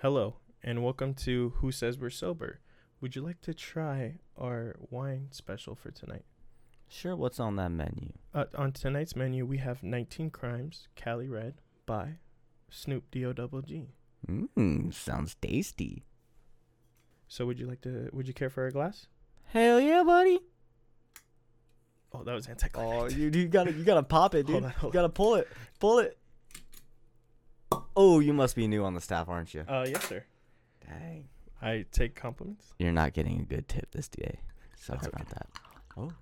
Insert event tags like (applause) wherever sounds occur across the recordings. Hello, and welcome to Who Says We're Sober. Would you like to try our wine special for tonight? Sure, what's on that menu? Uh, on tonight's menu, we have 19 Crimes, Cali Red, by Snoop D-O Double G. Mmm, sounds tasty. So would you like to, would you care for a glass? Hell yeah, buddy. Oh, that was anticlimactic. Oh, you, you gotta you gotta pop it, dude. Hold on, hold you gotta pull it. Pull it. Oh, you must be new on the staff, aren't you? Uh, yes, sir. Dang. I take compliments. You're not getting a good tip this day. Sorry That's okay. about that. Oh.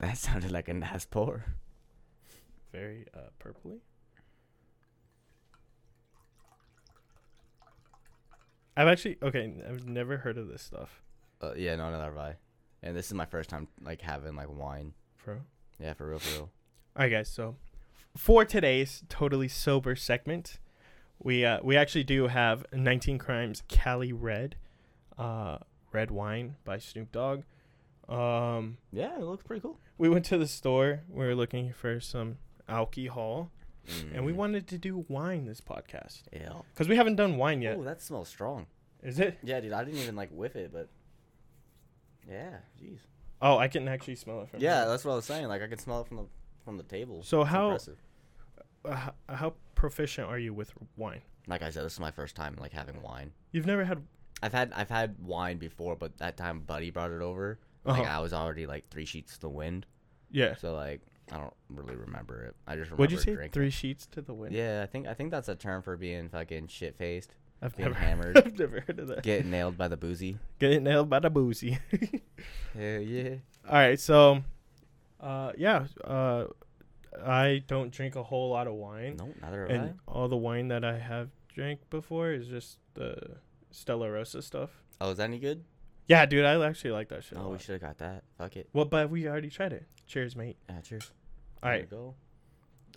That (laughs) sounded like a nice pour. Very uh, purpley. I've actually, okay, n- I've never heard of this stuff, Uh, yeah, no, neither have I. And this is my first time like having like wine. bro. Yeah, for real, for real. All right, guys. So for today's totally sober segment, we uh, we actually do have 19 Crimes Cali Red, uh, red wine by Snoop Dogg. Um, Yeah, it looks pretty cool. we went to the store. We were looking for some alcohol, and we wanted to do wine this podcast Mm. Yeah. because we haven't done wine yet. Oh, that smells strong. Is it? Yeah, dude, I didn't even like whiff it, but yeah, jeez. Oh, I can actually smell it from. Yeah, here. that's what I was saying. Like I could smell it from the from the table. So It's how- impressive. Uh, how, how proficient are you with wine? Like I said, this is my first time like having wine. You've never had. I've had I've had wine before, but that time Buddy brought it over. Uh-huh. Like I was already like three sheets to the wind, yeah. so like I don't really remember it. I just remember What'd you say? drinking. Three sheets to the wind. Yeah, I think I think that's a term for being fucking shit faced, I've being never. (laughs) hammered, I've never heard of that. getting nailed by the boozy. Getting nailed by the boozy. (laughs) Hell yeah. All right, so, uh, yeah, uh, I don't drink a whole lot of wine, Nope, neither have and all the wine that I have drank before is just the Stella Rosa stuff. I. Oh, is that any good? Yeah, dude, I actually like that shit. No, we should have got that. Fuck it. Well, but we already tried it. Cheers, mate. Yeah, cheers. All right, Go.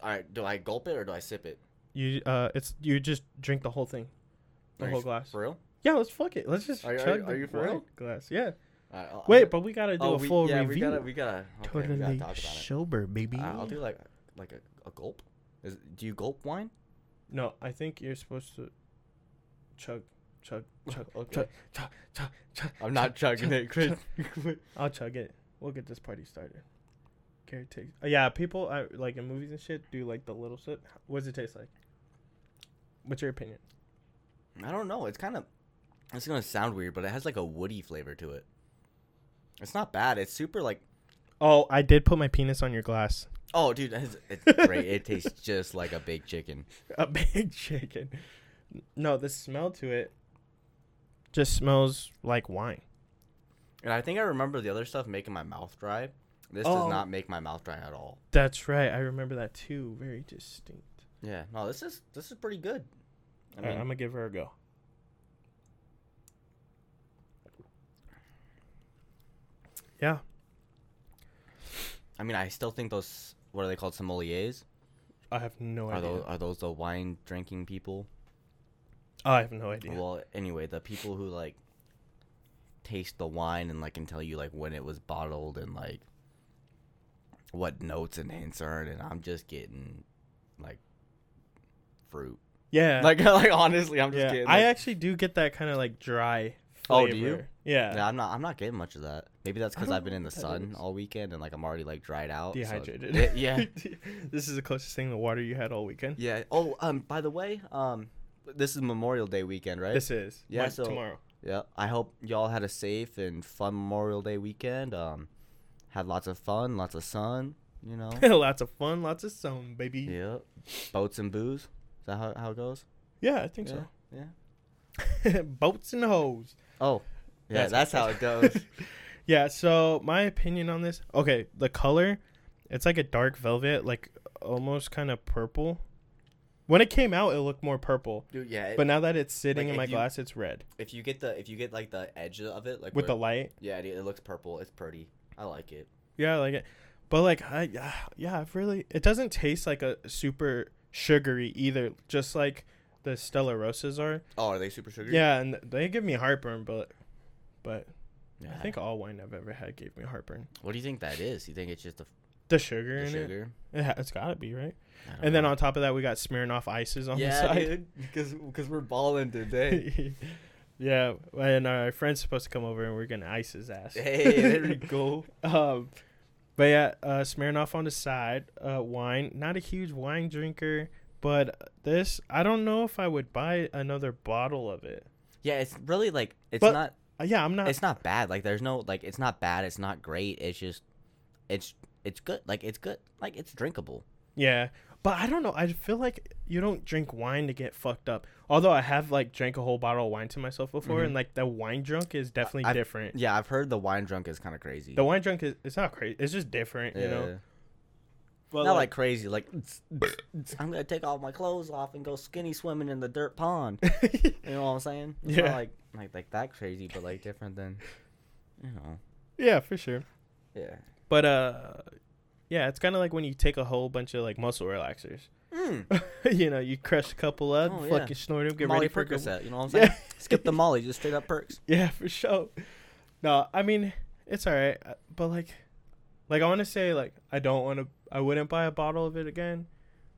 All right. Do I gulp it or do I sip it? you uh, it's you just drink the whole thing, the Are you whole s- glass. For real? Yeah, let's fuck it. Let's just Are you- are chug you- the are you for wine real? glass. Yeah. All right, I'll- Wait, I'll- but we gotta do oh, a we- full yeah, review. We gotta. We gotta. Okay, we gotta talk about it. sober, baby. All right, I'll do like like a, a gulp. Is, do you gulp wine? (laughs) No, I think you're supposed to chug, (laughs) chug, chug. okay. chug, chug, chug, I'm not chugging it, Chris. I'll chug it. We'll get this party started. Carrot takes. Uh, yeah, people I, like in movies and shit do like the little sip. What does it taste like? What's your opinion? I don't know. It's kind of. It's gonna sound weird, but it has like a woody flavor to it. It's not bad. It's super like. Oh, I did put my penis on your glass. Oh, dude, it's, (laughs) it's great. It tastes just like a baked chicken. A big (laughs) chicken. No, the smell to it just smells like wine. And I think I remember the other stuff making my mouth dry. This Oh. does not make my mouth dry at all. That's right. I remember that too. Very distinct. Yeah. No, this is this is pretty good. I All right, mean, I'm gonna give her a go. Yeah. I mean, I still think those what are they called sommeliers? I have no Are idea. those are those the wine drinking people? Oh, I have no idea. Well, anyway, the people who like taste the wine and like can tell you like when it was bottled and like what notes and hints are in it. I'm just getting like fruit. yeah. Like (laughs) like honestly, I'm just yeah. getting. I like- actually do get that kind of like dry Oh, flavor. do you? Yeah. yeah, I'm not. I'm not getting much of that. Maybe that's I because don't I've been know in the what that sun is. all weekend and like I'm already like dried out. so- Dehydrated. Yeah, yeah. (laughs) this is the closest thing to water you had all weekend. Yeah. Oh, um, by the way, um, this is Memorial Day weekend, right? This is. Yeah, Mon- so- (laughs) tomorrow. (laughs) yeah. I hope y'all had a safe and fun Memorial Day weekend. Um, had lots of fun, lots of sun. (laughs) You know. lots of fun, lots of sun, baby. Yeah, yeah. Boats and booze. Is that how, how it goes? I think yeah. so. (laughs) Yeah. Boats and hoes. Oh. Yeah, That's that's, how (laughs) it goes. Yeah, so my opinion on this, okay, the color, it's like a dark velvet, like almost kind of purple. When it came out, it looked more purple, Dude, yeah. but now that it's sitting like, in my if you- glass, it's red if you get the if you get like the edge of it, like with the light. yeah, it, it looks purple. It's pretty. I like it. Yeah, I like it. But like, I ah, yeah, I've really it doesn't taste like a super sugary either. Just like the Stella Rosas are. Oh, are they super sugary? Yeah, and they give me heartburn, but but Yeah. I think all wine I've ever had gave me heartburn. What do you think that is? You think it's just a The sugar The in it. sugar. it ha- it's gotta be right. I don't And then know. on top of that, we got Smirnoff ices on the (laughs) yeah, side. dude, because we're balling (laughs) today. yeah, and our friend's supposed to come over and we're gonna ice his ass. hey, there we go. (laughs) Um, but yeah, uh, Smirnoff on the side, uh, wine. Not a huge wine drinker, but this I don't know if I would buy another bottle of it. Yeah, it's really like it's But- not Uh, yeah, I'm not. it's not bad. Like there's no like it's not bad. It's not great. It's just it's it's good. Like it's good. Like it's drinkable. yeah, but I don't know. I feel like you don't drink wine to get fucked up. Although I have like drank a whole bottle of wine to myself before, Mhm. and like the wine drunk is definitely I've- different. Yeah, I've heard the wine drunk is kind of crazy. The wine drunk is it's not crazy. It's just different, you know. Yeah. But not like, crazy. Like I'm gonna take all my clothes off and go skinny swimming in the dirt pond. (laughs) like You know what I'm saying? It's Yeah. Not like like like that crazy, but like different than you know. yeah, for sure. Yeah. But uh, yeah, it's kind of like when you take a whole bunch of like muscle (laughs) relaxers. Mm. you know, you crush a couple of, Oh, yeah. fucking snort them, get Molly ready for a good- Percocet, You know what I'm saying? Yeah, Skip the Molly, just straight up perks. (laughs) yeah, for sure. No, I mean it's all right, uh, but like, like I want to say like I don't want to, I wouldn't buy a bottle of it again.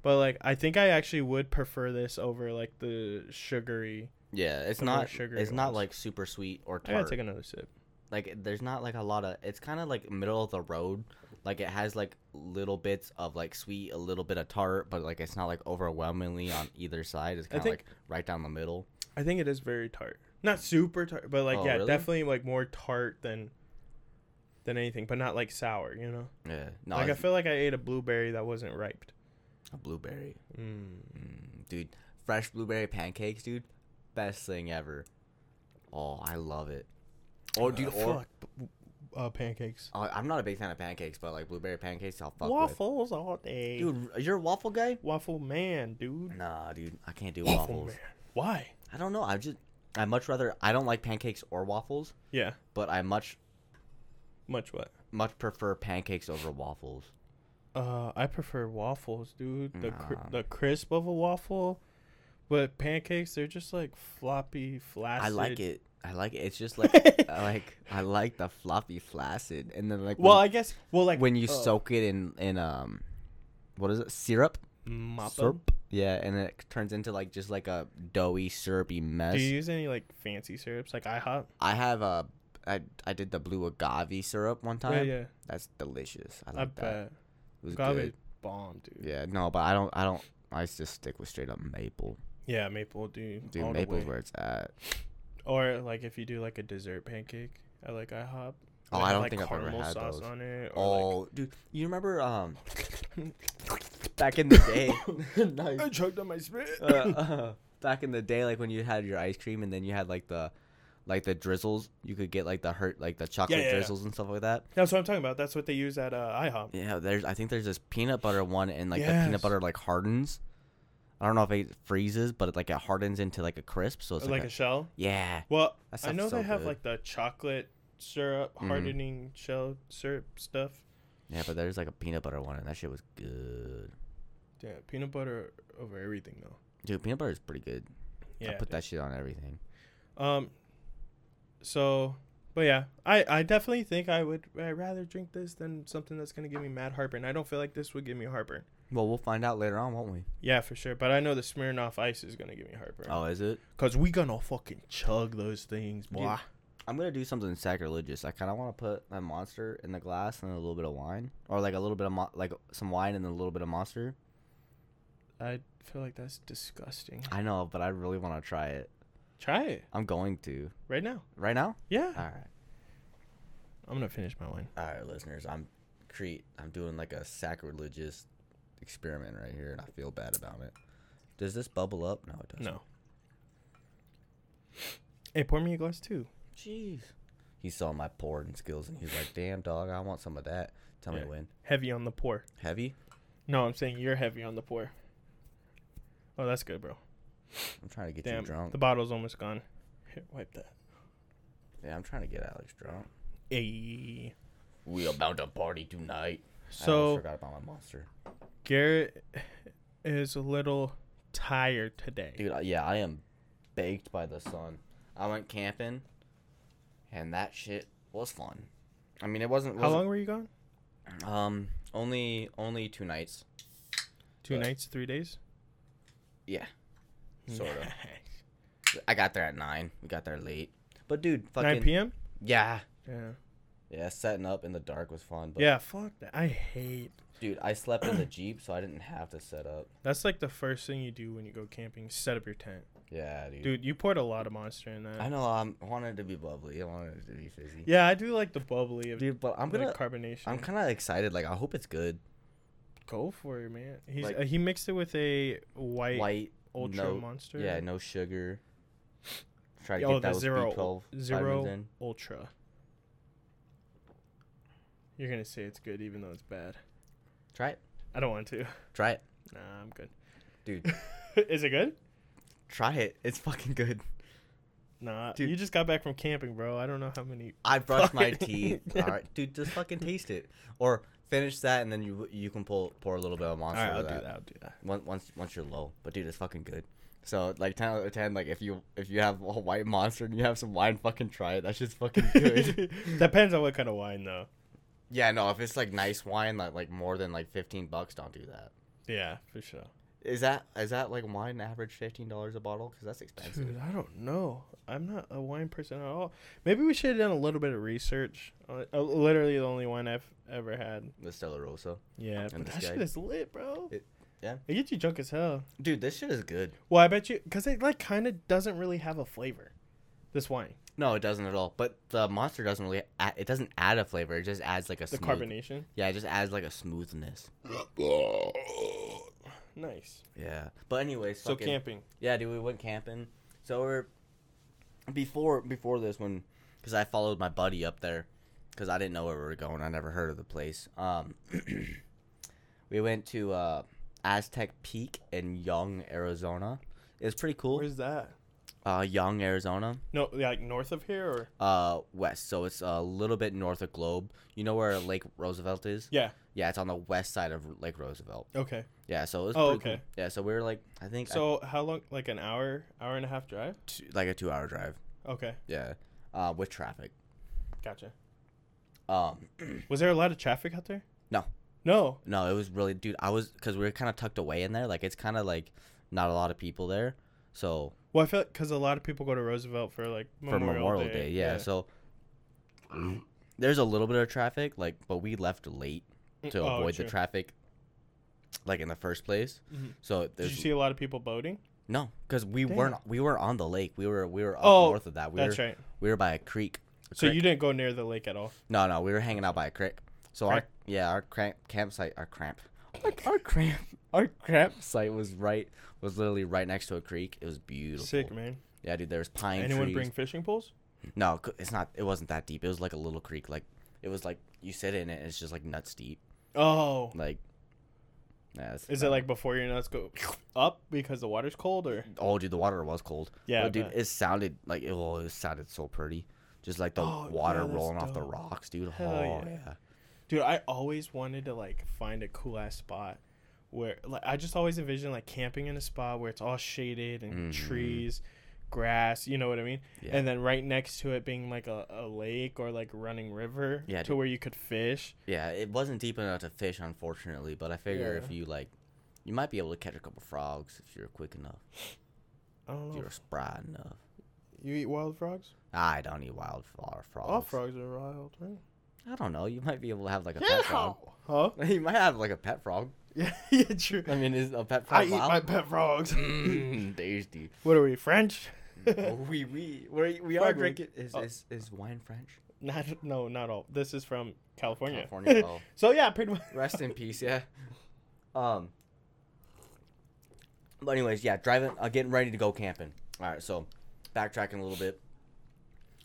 But like, I think I actually would prefer this over like the sugary. Yeah, it's The more not sugary it's not ones. like super sweet or I gotta tart. take another sip. like there's not like a lot of it's kind of like middle of the road like it has like little bits of like sweet a little bit of tart but like it's not like overwhelmingly on either side it's kind of think- like right down the middle I think it is very tart, not super tart, but like Oh, yeah, really? definitely like more tart than than anything, but not like sour, you know. yeah no like I it's feel like I ate a blueberry that wasn't ripe. a blueberry Mm. mm, dude fresh blueberry pancakes dude best thing ever oh i love it or dude Oh, or uh, pancakes, uh, i'm not a big fan of pancakes but like blueberry pancakes i'll fuck waffles all day, with dude you're a waffle guy Waffle man, dude. nah dude i can't do Waffle waffles man. Why? i don't know i just i much rather i don't like pancakes or waffles Yeah, but I much much what? much prefer pancakes over waffles. Uh, I prefer waffles, dude. The cr- Nah. the crisp of a waffle, but pancakes they're just like floppy, flaccid. I like it. I like it. It's (laughs) just like I like I like the floppy flaccid, and then like Well, when, I guess. Well, like when you uh, soak it in in um what is it syrup? mop 'em. Syrup. Yeah, and then it turns into like just like a doughy syrupy mess. Do you use any like fancy syrups like IHOP? I have a I I did the blue agave syrup one time. Yeah, Oh, yeah. That's delicious. I I like that. bet. It was Agave good. bomb, dude. Yeah, no, but I don't I don't I just stick with straight up maple. Yeah, maple, dude. Dude, all the maple's way. where it's at. Or like if you do like a dessert pancake at like IHOP. Oh, they I have, don't like think I've ever caramel had sauce those. on it. Or Oh, dude, you (laughs) remember um like, (laughs) back in the day? I nice. choked on my spit. (laughs) Uh, uh, back in the day, like when you had your ice cream and then you had like the like the drizzles, you could get like the hurt like the chocolate yeah, yeah. drizzles and stuff like that. (laughs) That's what I'm talking about. That's what they use at uh, IHOP. Yeah, there's I think there's this peanut butter one and like the Yes. peanut butter like hardens. I don't know if it freezes, but it, like it hardens into like a crisp, so it's Like, like, a a, shell. yeah. Well, That I stuff's know so they have good. Mm-hmm. like the chocolate syrup hardening shell syrup stuff. Yeah, but there's like a peanut butter one and that shit was good. Yeah, peanut butter over everything though. Dude, peanut butter is pretty good. Yeah. I put that shit on everything. Um. So, but yeah, I I definitely think I would I rather drink this than something that's gonna give me mad heartburn. I don't feel like this would give me heartburn. Well, we'll find out later on, won't we? Yeah, for sure. But I know the Smirnoff Ice is gonna give me heartburn. Oh, is it? Cause we gonna fucking chug those things, Dude. boy. I'm gonna do something sacrilegious. I kind of want to put a monster in the glass and a little bit of wine, or like a little bit of mo- like some wine and a little bit of monster. I feel like that's disgusting. I know, but I really want to try it. Try it I'm going to right now. right now. Yeah, All right, I'm gonna finish my wine. all right, listeners. I'm create. I'm doing like a sacrilegious experiment right here, and I feel bad about it. Does this bubble up? No, it doesn't. No. Hey, pour me a glass too. Jeez. He saw my pouring skills, and he's like, "Damn, dog, I want some of that." Tell Yeah. me when. Heavy on the pour. Heavy? No, I'm saying you're heavy on the pour. Oh, that's good, bro. I'm trying to get Damn, you drunk. the bottle's almost gone. Here, wipe that. yeah, I'm trying to get Alex drunk. Ayy. We about to party tonight. I So forgot about my monster, Garrett is a little tired today. dude. I- Yeah, I am baked by the sun. I went camping, and that shit was fun. I mean, it wasn't. How wasn't- long were you gone? Um, Only only two nights, Two But- nights, three days. (laughs) sort of. I got there at nine. We got there late. But dude, fucking Nine p.m. yeah, Yeah. yeah. Setting up in the dark was fun. But yeah. Fuck that. I hate. dude, I slept in the jeep, so I didn't have to set up. That's like the first thing you do when you go camping. Set up your tent, Yeah, dude. dude. You poured a lot of monster in that. I know. I'm- I wanted to be bubbly. I wanted it to be fizzy. Yeah, I do like the bubbly of dude. But I'm like, gonna. carbonation. I'm kind of excited. Like I hope it's good. Go for it, man. He's Like- uh, he mixed it with a white, White. ultra no- monster. Yeah, no sugar. Try to Oh, get the those zero- B12 zero- vitamins in. ultra. You're gonna say it's good even though it's bad. Try it. I don't want to. (laughs) Try it, Nah, I'm good. dude. (laughs) Is it good? try it. It's fucking good. Nah, Dude. you just got back from camping, bro. I don't know how many. I brushed my Fucking- (laughs) teeth. All right, dude, just fucking taste it, or finish that, and then you you can pull pour a little bit of All monster. right, I'll over do that. that. I'll do that. Once once once you're low, but dude, it's fucking good. So like ten out of ten, like if you if you have a white monster and you have some wine, fucking try it. That shit's fucking (laughs) good. Depends on what kind of wine, though. yeah, no, if it's like nice wine, like like more than like fifteen bucks, don't do that. Yeah, for sure. Is that is that like wine average fifteen dollars a bottle? Because that's (laughs) expensive. Dude, I don't know. I'm not a wine person at all. Maybe we should have done a little bit of research. Uh, uh, literally the only wine I've ever had. The Stella Rosa, Yeah, but And this that guy- shit is lit, bro. It- yeah. it gets you drunk as hell. dude, this shit is good. Well, I bet you because it like kind of doesn't really have a flavor. This wine, No, it doesn't at all. But the monster doesn't really. Add, it doesn't add a flavor. It just adds like a the smooth- carbonation, Yeah, it just adds like a smoothness. (coughs) nice. Yeah. But anyways, So fucking- camping, Yeah, dude, we went camping. So we're before before this one, because I followed my buddy up there, because I didn't know where we were going. I never heard of the place. Um, (clears throat) we went to uh, Aztec Peak in Young, Arizona. It's pretty cool. where's that? Uh, Young, Arizona. No, like north of here, or Uh, west. So it's a little bit north of Globe. You know where Lake Roosevelt is? yeah, Yeah, it's on the west side of Lake Roosevelt. okay. Yeah, so it was Oh, pretty okay. cool. Yeah, so we were like, I think so, So how long? Like an hour, hour and a half drive. t- like a two-hour drive. Okay, Yeah, uh, with traffic. gotcha. Um, (clears throat) Was there a lot of traffic out there? No. No. no, it was really, dude. I was because we were kind of tucked away in there. Like it's kind of like not a lot of people there. So Well, I feel because a lot of people go to Roosevelt for like Memorial, for Memorial Day. Day, yeah, So there's a little bit of traffic, like, but we left late to Oh, avoid true. the traffic, like in the first place. Mhm. So Did there's you see a lot of people boating? no, because we Damn. weren't we were on the lake. We were we were up Oh, north of that. We That's were right. we were by a creek. A So creek. you didn't go near the lake at all. No, no, we were hanging out by a creek. So our Crack. yeah, our cramp campsite, our cramp, our, our cramp, (laughs) our campsite was right was literally right next to a creek. It was beautiful. Sick, man. Yeah, dude, there was pine Anyone trees. bring fishing poles? No, c- it's not. It wasn't that deep. It was like a little creek. Like it was like you sit in it. and It's just like nuts deep. Oh. Like. Yeah, it's- Is it like before your nuts go up because the water's cold or? Oh, dude, the water was cold. Yeah, I but, dude, bet. it sounded like it, oh, it sounded so pretty. Just like the Oh, water yeah, that's rolling off the dope. rocks, dude. Hell oh yeah. yeah. Dude, I always wanted to like find a cool ass spot where like I just always envision like camping in a spot where it's all shaded and Mhm. trees, grass, you know what I mean? Yeah. And then right next to it being like a, a lake or like running river Yeah, to dude. where you could fish. Yeah, it wasn't deep enough to fish, unfortunately. But I figure Yeah. if you like, you might be able to catch a couple frogs if you're quick enough. I don't If know. you're spry enough. You eat wild frogs? I don't eat wild fro- uh, frogs. All frogs are wild, right? I don't know. You might be able to have like a pet frog. (laughs) Huh? (laughs) You might have like a pet frog. Yeah, yeah, true. I mean, is a pet frog I eat (laughs) wild? my pet frogs. Mm, tasty. (laughs) What are we, French? Oh, we we we we are Frog wig. drinking. Is, Oh. is is wine French? Not no, not all. This is from California. (laughs) California. Oh, so yeah, pretty much. rest in peace. Yeah. Um. But anyways, yeah, driving, uh, getting ready to go camping. All right, so backtracking a little bit.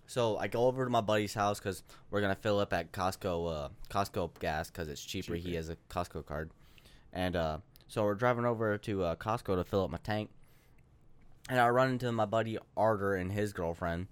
So I go over to my buddy's house because we're gonna fill up at Costco, uh, Costco gas because it's cheaper. He Cheaper. has a Costco card, and uh, so we're driving over to uh, Costco to fill up my tank. And I run into my buddy Arter and his girlfriend.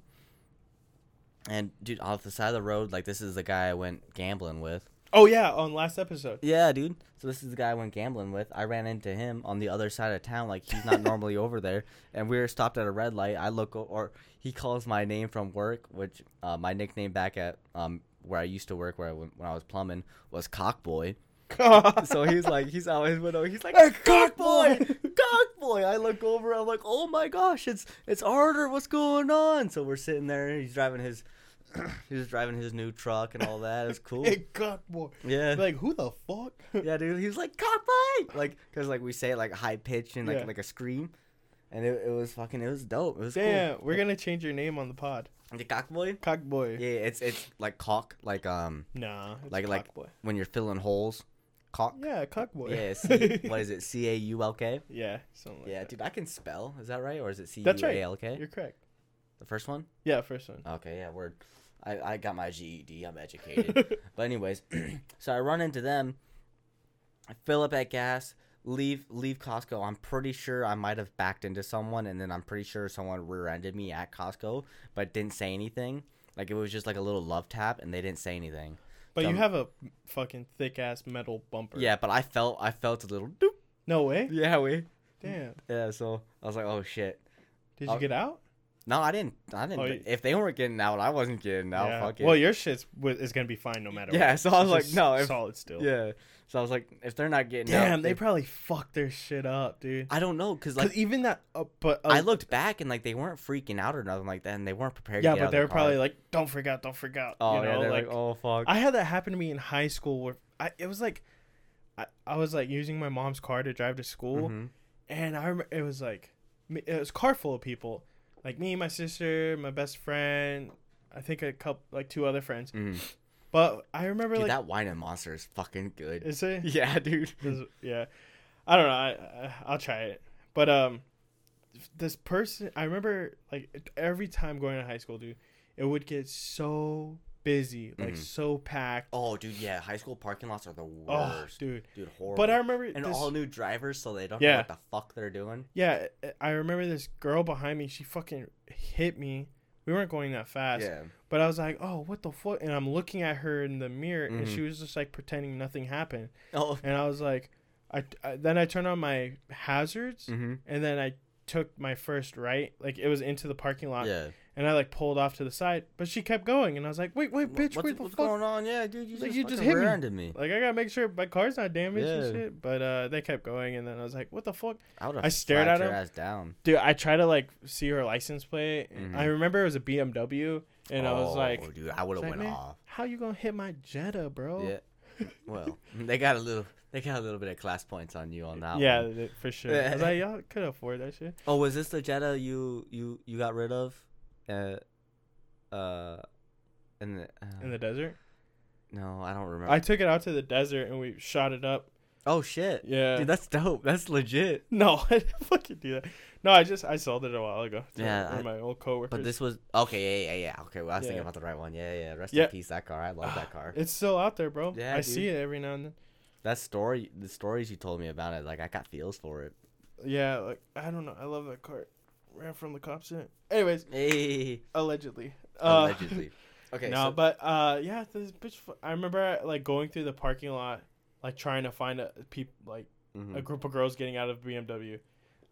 And dude, off the side of the road, like this is the guy I went gambling with. (laughs) Oh yeah, on last episode. (laughs) Yeah, dude. So this is the guy I went gambling with. I ran into him on the other side of town. Like he's not normally over there, and we were stopped at a red light. I look, o- or he calls my name from work, which uh, my nickname back at um, where I used to work, where I went, when I was plumbing, was Cockboy. God. (laughs) so he's like, he's out his window. He's like, hey, cock boy, cock boy. I look over. I'm like, oh my gosh, it's it's Arter. What's going on? So we're sitting there. and He's driving his, (clears throat) he's driving his new truck and all that. (laughs) It's cool. Hey, God, boy. Yeah, Like, who the fuck? (laughs) yeah, dude. He was like, cock boy, like because like we say it like high pitch and like Yeah. like a scream, and it, it was fucking it was dope. It was Damn, cool. we're gonna change your name on the pod. The cock boy. Cock boy. Yeah, it's it's like cock, like um Nah. it's Like- like- cockboy. when you're filling holes, cock. Yeah, cock boy. Yeah, C, (laughs) what is it? C A U L K. Yeah, something like Yeah, that. dude, I can spell. Is that right, or is it C U That's right. A L K? You're correct. The first one. Yeah, first one. Okay, yeah, word. I I got my GED. I'm educated. but anyways, (clears throat) so I run into them. I fill up at gas. Leave leave Costco. I'm pretty sure I might have backed into someone, and then I'm pretty sure someone rear-ended me at Costco, but didn't say anything. Like it was just like a little love tap, and they didn't say anything. (laughs) But you Dumb. have a fucking thick ass metal bumper. Yeah, but I felt I felt a little doop. No way. Yeah, we. Damn. Yeah, so I was like, oh shit. Did you I'll- get out? No, I didn't. I didn't. Oh, you- if they weren't getting out, I wasn't getting out. yeah. Fuck it. Well, your shit's wi- is gonna be fine no matter. yeah. What. So I was It's like, just no. If, solid still. yeah. So I was like, if they're not getting out, Damn, they probably fucked their shit up, dude. I don't know, cause 'Cause like even that, uh, but uh, I looked back and like they weren't freaking out or nothing like that, and they weren't prepared. yeah, to get but out they of were the car. probably like, don't freak out, don't freak out. oh you know, yeah, they're like, like, oh fuck. I had that happen to me in high school where I it was like, I, I was like using my mom's car to drive to school, Mhm. and I remember it was like me- it was a car full of people, like me, my sister, my best friend, I think a couple like two other friends. Mm. But I remember Dude, like that wine and monster is fucking good. is it (laughs) (laughs) Yeah, dude. This- yeah, I don't know. I, I I'll try it, but um, this person I remember like every time going to high school, dude, it would get so busy, like Mhm. so packed. Oh, dude, yeah. High school parking lots are the Oh, worst, dude. dude. Horrible. But I remember and this, all new drivers, so they don't Yeah. know what the fuck they're doing. yeah, I- I remember this girl behind me. She fucking hit me. We weren't going that fast, but I was like, "Oh, what the fuck?" And I'm looking at her in the mirror, and Mhm. she was just like pretending nothing happened. Oh. (laughs) And I was like, I, I then I turned on my hazards, Mm-hmm. and then I took my first right, like it was into the parking lot, Yeah. and I like pulled off to the side, but she kept going, and I was like, "Wait, wait, bitch, what's, wait, the what's fuck?" going on? Yeah, dude, you Like, just, you you just just hit me. me. Like I gotta make sure my car's not damaged and Yeah. shit, but uh, they kept going, and then I was like, "What the fuck?" I, would've I stared slapped at your him. ass down. dude i tried to like see her license plate and Mhm. i remember it was a bmw and i Oh, was like dude, I would have like, went man, off. how you gonna hit my jetta bro Yeah. Well, (laughs) they got a little, they got a little bit of class points on you on that. yeah one. th- for sure I was (laughs) like, y'all could afford that shit Oh, was this the Jetta you you you got rid of? Uh, uh, in the, uh in the desert no, I don't remember. i took it out to the desert and we shot it up oh shit. yeah Dude, that's dope. That's legit. (laughs) no i didn't fucking do that no i just i sold it a while ago to Yeah, one of I- my old coworkers But this was okay. Yeah, yeah, yeah. Okay, well, I was Yeah. thinking about the right one. Yeah, yeah. Rest Yeah. in peace, that car. I love that (sighs) car. it's still out there bro Yeah, i dude. see it every now and then That story, the stories you told me about it, like I got feels for it. yeah like i don't know i love that car ran from the cops in it anyways Hey. allegedly Uh, (laughs) Allegedly. (laughs) okay. no, so- but uh, yeah, this bitch. fu- I remember like going through the parking lot, like trying to find a peop, like Mhm. a group of girls getting out of BMW.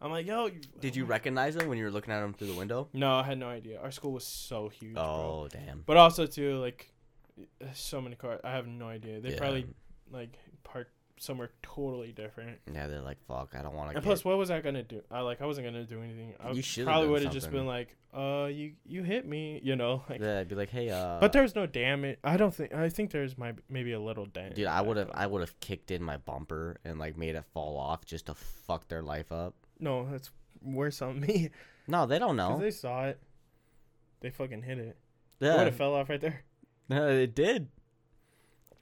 I'm like, yo, you- Did you recognize them when you were looking at them through the window? No, I had no idea. Our school was so huge, bro. Oh, damn. But also too, like, so many cars. I have no idea. They Yeah. probably like parked somewhere totally different. Yeah, they're like, fuck, I don't want to. And plus, what was I gonna do? I like, I wasn't gonna do anything. I You should've probably done would have just something. been like, uh, you you hit me, you know, (laughs) like. yeah, I'd be like, hey, uh. But there's no damage. I don't think. I think there's my maybe a little damage. Dude, I would have, I would have kicked in my bumper and like made it fall off just to fuck their life up. No, that's worse on (laughs) me. No, they don't 'Cause know. they saw it. They fucking hit it. It would Yeah, have fell off right (coughs) there. no, it did.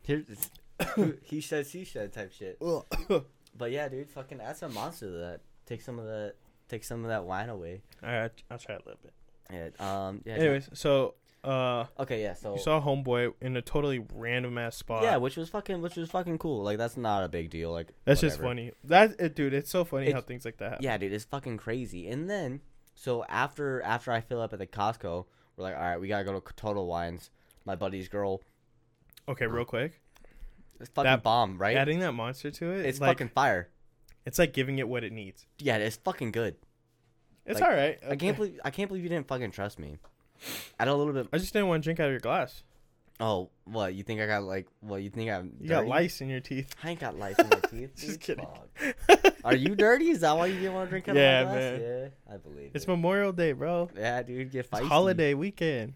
Here, (coughs) (coughs) he says, he said type shit. But yeah, dude, fucking add some monster to that. Take some of that, take some of that wine away. Alright, I'll try a little bit. Yeah. Um. Yeah. Anyways, so uh Okay. Yeah. So. you saw uh, Homeboy in a totally random ass spot. yeah, which was fucking, which was fucking cool. Like that's not a big deal. Like That's just whatever. funny. That it, dude, it's so funny how It's- things like that happen. Yeah, dude, it's fucking crazy. And then, so after after I fill up at the Costco, we're like, all right, we gotta go to Total Wines. My buddy's girl, Okay, real quick. it's fucking That- bomb, right? Adding that monster to it, it's it's like fucking fire. it's like giving it what it needs. Yeah, it's fucking good. It's Like, alright. I can't believe I can't believe you didn't fucking trust me. Add a little bit. I just didn't want to drink out of your glass. Oh, what you think I got? Like, what you think I'm? You got dirty? lice in your teeth. I ain't got (laughs) lice in my teeth. Just dude. kidding. Fuck. (laughs) Are you dirty? Is that why you didn't want to drink out Yeah, of my glass? man. Yeah, I believe It's it. Memorial Day, bro. yeah, dude, get It's feisty. holiday weekend.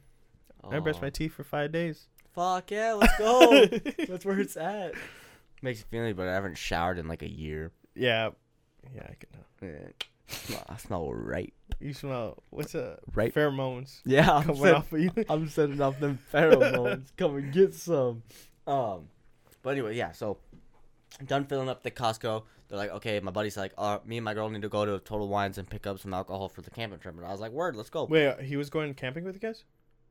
I brushed Aw. my teeth for five days. Fuck yeah, (laughs) let's go. That's where it's at. Makes me feel any better. I haven't showered in like a year. yeah, yeah, I can. know. Eh, smell- I smell (laughs) right. You smell what's a Right. (laughs) pheromones Yeah, I'm, coming send- off of you. (laughs) (laughs) I'm sending off them pheromones. Come and get some. Um, but anyway, yeah. So I'm done filling up the Costco. They're like, okay, my buddy's like, uh, me and my girl need to go to Total Wines and pick up some alcohol for the camping trip. And I was like, word, let's go. Wait, uh, he was going camping with you guys?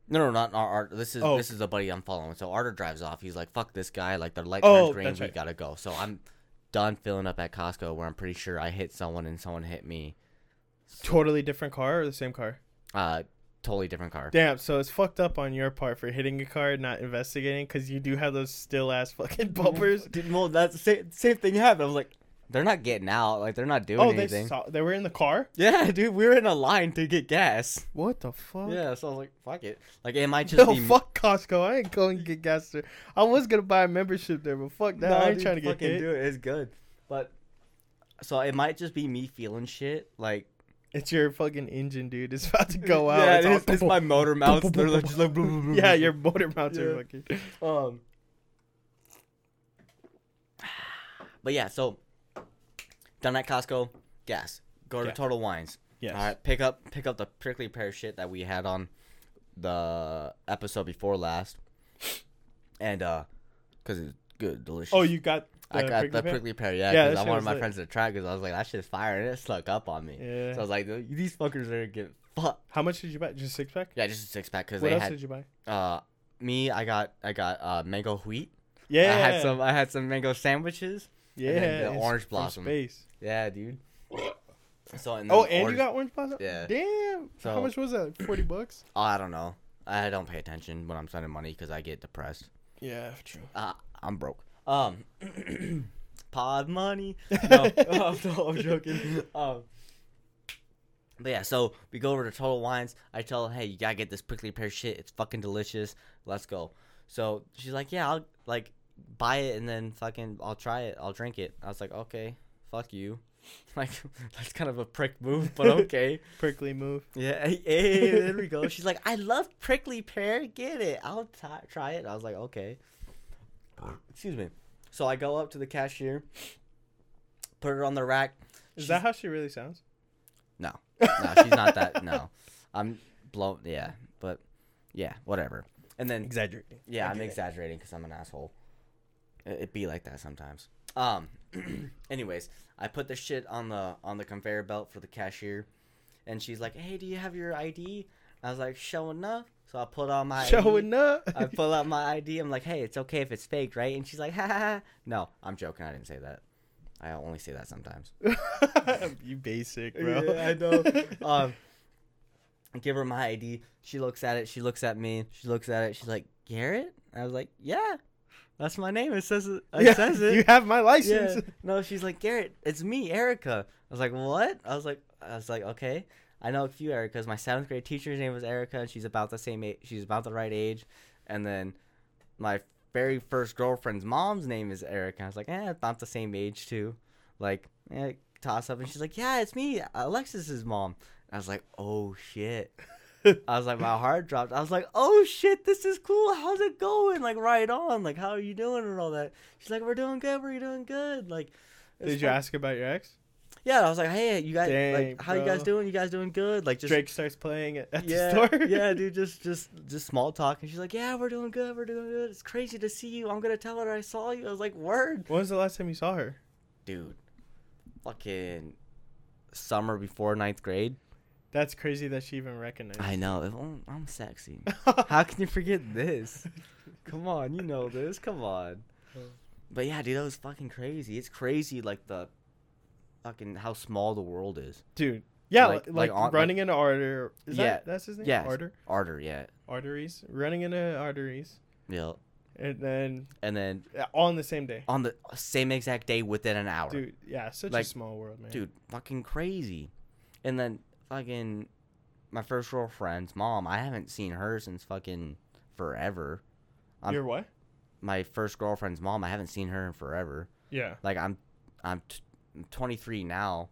No, no, not our art. This is Oh. this is the buddy I'm following. So Arter drives off. He's like, "Fuck this guy!" Like the light Oh, turns green. that's We right. gotta go. So I'm done filling up at Costco, where I'm pretty sure I hit someone and someone hit me. Totally different car or the same car? Uh, totally different car. Damn, so it's fucked up on your part for hitting a car and not investigating because you do have those still ass (laughs) fucking bumpers. Dude, well, that's same, same thing happened. I was like, they're not getting out. Like they're not doing Oh, they anything. saw they were in the car. yeah, (laughs) dude, we were in a line to get gas. What the fuck? (laughs) Yeah, so I was like, fuck it. Like it might just No, be fuck Costco. I ain't going to get gas there. I was gonna buy a membership there, but fuck that. No, I ain't dude, trying to get fucking hit. do it. It's good, but so it might just be me feeling shit. Like. It's your fucking engine, dude. It's about to go out. (laughs) Yeah, it's it's, all it's, my motor mounts. They're like, just like, (laughs) yeah, (laughs) your motor mounts are Yeah. fucking. Um, (sighs) but yeah, so done at Costco, gas. Go to Yeah. Total Wines. Yes. All right, pick up pick up the prickly pear shit that we had on the episode before last, and uh, cause it's good, delicious. Oh, you got. The I got prickly the pear? prickly pear, Yeah, yeah, that because shit I wanted was my lit. friends to try because I was like, that shit's fire, and it snuck up on me. Yeah. So I was like, these fuckers are gonna get fucked. How much did you buy? Just six pack. Yeah, just a six pack because What they else had did you buy? uh me i got i got uh mango wheat Yeah, i had some i had some mango sandwiches Yeah, then the it's orange from blossom. Space. yeah dude so and Oh, then and orange- you got orange blossom. Yeah. Damn. How So- much was that? Forty bucks. oh, i don't know i don't pay attention when i'm sending money because i get depressed Yeah, true. uh, i'm broke um (clears throat) pod (laughs) money no, oh, no i'm joking um but yeah, so we go over to Total Wines. I tell her, hey, you gotta get this prickly pear shit. It's fucking delicious. Let's go. So she's like, yeah, I'll like buy it and then fucking I'll try it. I'll drink it. I was like, okay, fuck you. (laughs) Like that's kind of a prick move, but okay. Prickly move. yeah, (laughs) hey, hey, there we go. She's like, I love prickly pear. Get it. I'll t- try it. I was like, okay. Excuse me. So I go up to the cashier, put it on the rack. Is She's- that how she really sounds? no, no, she's not that. No, I'm blown. Yeah, but yeah, whatever. And (laughs) then Exaggerating. yeah, I'm exaggerating because I'm an asshole. It, it be like that sometimes. Um. (clears throat) anyways, I put the shit on the on the conveyor belt for the cashier, and she's like, "Hey, do you have your ID?" I was like, "Showing up." So I put on my ID. Showing up. I pull out my ID. I'm like, "Hey, it's okay if it's faked, right?" And she's like, "Ha ha ha." No, I'm joking. I didn't say that. I only say that sometimes. (laughs) you basic, bro. Yeah, (laughs) I know. um, I give her my ID. She looks at it. She looks at me. She looks at it. She's like, Garrett? I was like, yeah, that's my name. It says it. It Yeah, says You it. have my (laughs) Yeah. license. No, she's like, Garrett, it's me, Erica. I was like, what? I was like, I was like, okay. I know a few Ericas. My seventh grade teacher's name was Erica, and she's about the same age. She's about the right age. And then my very first girlfriend's mom's name is Erica. I was like, eh, about the same age too. Like, eh, toss up, and she's like, yeah, it's me, Alexis's mom. I was like, oh shit. I was like, (laughs) my heart dropped. I was like, oh shit, this is cool. How's it going? Like, right on. Like, how are you doing and all that? She's like, we're doing good. We're doing good. Like, it was Did you fun. ask about your ex? Yeah, I was like, hey, you guys, Dang, like, how you guys bro. doing? You guys doing good? Like, just Drake starts playing it at yeah, the store. (laughs) yeah, dude, just just just small talk, and she's like, "Yeah, we're doing good, we're doing good. It's crazy to see you. I'm gonna tell her I saw you." I was like, "Word, When was the last time you saw her? dude, fucking summer before ninth grade." That's crazy that she even recognized. I know, if I'm, (laughs) I'm sexy. How can you forget this? Come on, you know this. Come on. But yeah, dude, that was fucking crazy. It's crazy, like the fucking how small the world is. Dude. Yeah, like, Like- like on- running into arter. Is Yeah. that that's his name? Yeah, Arter? Arter, yeah, Arteries. Running into arteries. yeah. And then And then uh, all on the same day. on the same exact day, within an hour. Dude, yeah, such Like, a small world, man. dude, fucking crazy. And then fucking my first girlfriend's mom, I haven't seen her since fucking forever. I'm- Your what? My first girlfriend's mom. I haven't seen her in forever. Yeah. Like I'm, I'm, t- I'm 23 now,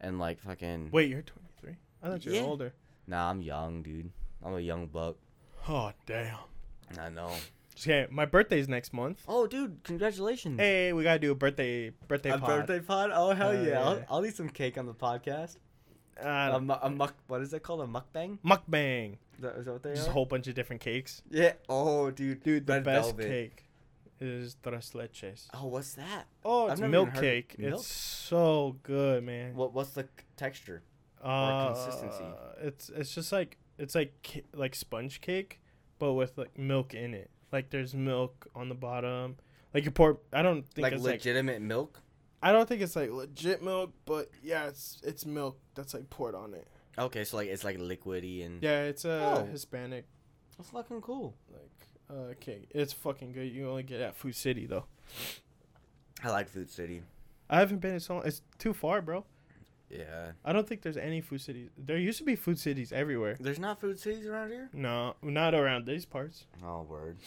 and like fucking. Wait, you're 23. I thought you were Yeah. older. Nah, I'm young, dude. I'm a young buck. Oh damn. I know. Okay, my birthday's next month. Oh, dude, congratulations. Hey, we gotta do a birthday birthday Hmm. a pod. birthday pod? Oh hell Uh, yeah! I'll, yeah. I'll eat some cake on the podcast. I A, don't- mu- a muck. What is that called? A mukbang? mukbang. Is that, is that what they Just are? a whole bunch of different cakes. yeah. Oh, dude, Dude, the Red best Velvet. cake is tres leches. Oh, what's that? Oh, I've it's never even milk heard of cake. milk. It's so good, man. What what's the c- texture? uh, consistency. It's it's just like it's like ca- like sponge cake, but with like milk in it. Like there's milk on the bottom. Like you pour. I don't think Like it's like legitimate milk? I don't think it's like legit milk, but yeah, it's it's milk that's like poured on it. Okay, so like it's like liquidy and Yeah, it's a Oh. Hispanic that's fucking cool. like uh, cake. It's fucking good. You only get it at Food City though. I like Food City. I haven't been in so long. It's too far, bro. Yeah. I don't think there's any food cities. There used to be food cities everywhere. There's not Food Cities around here. No, not around these parts. Oh word.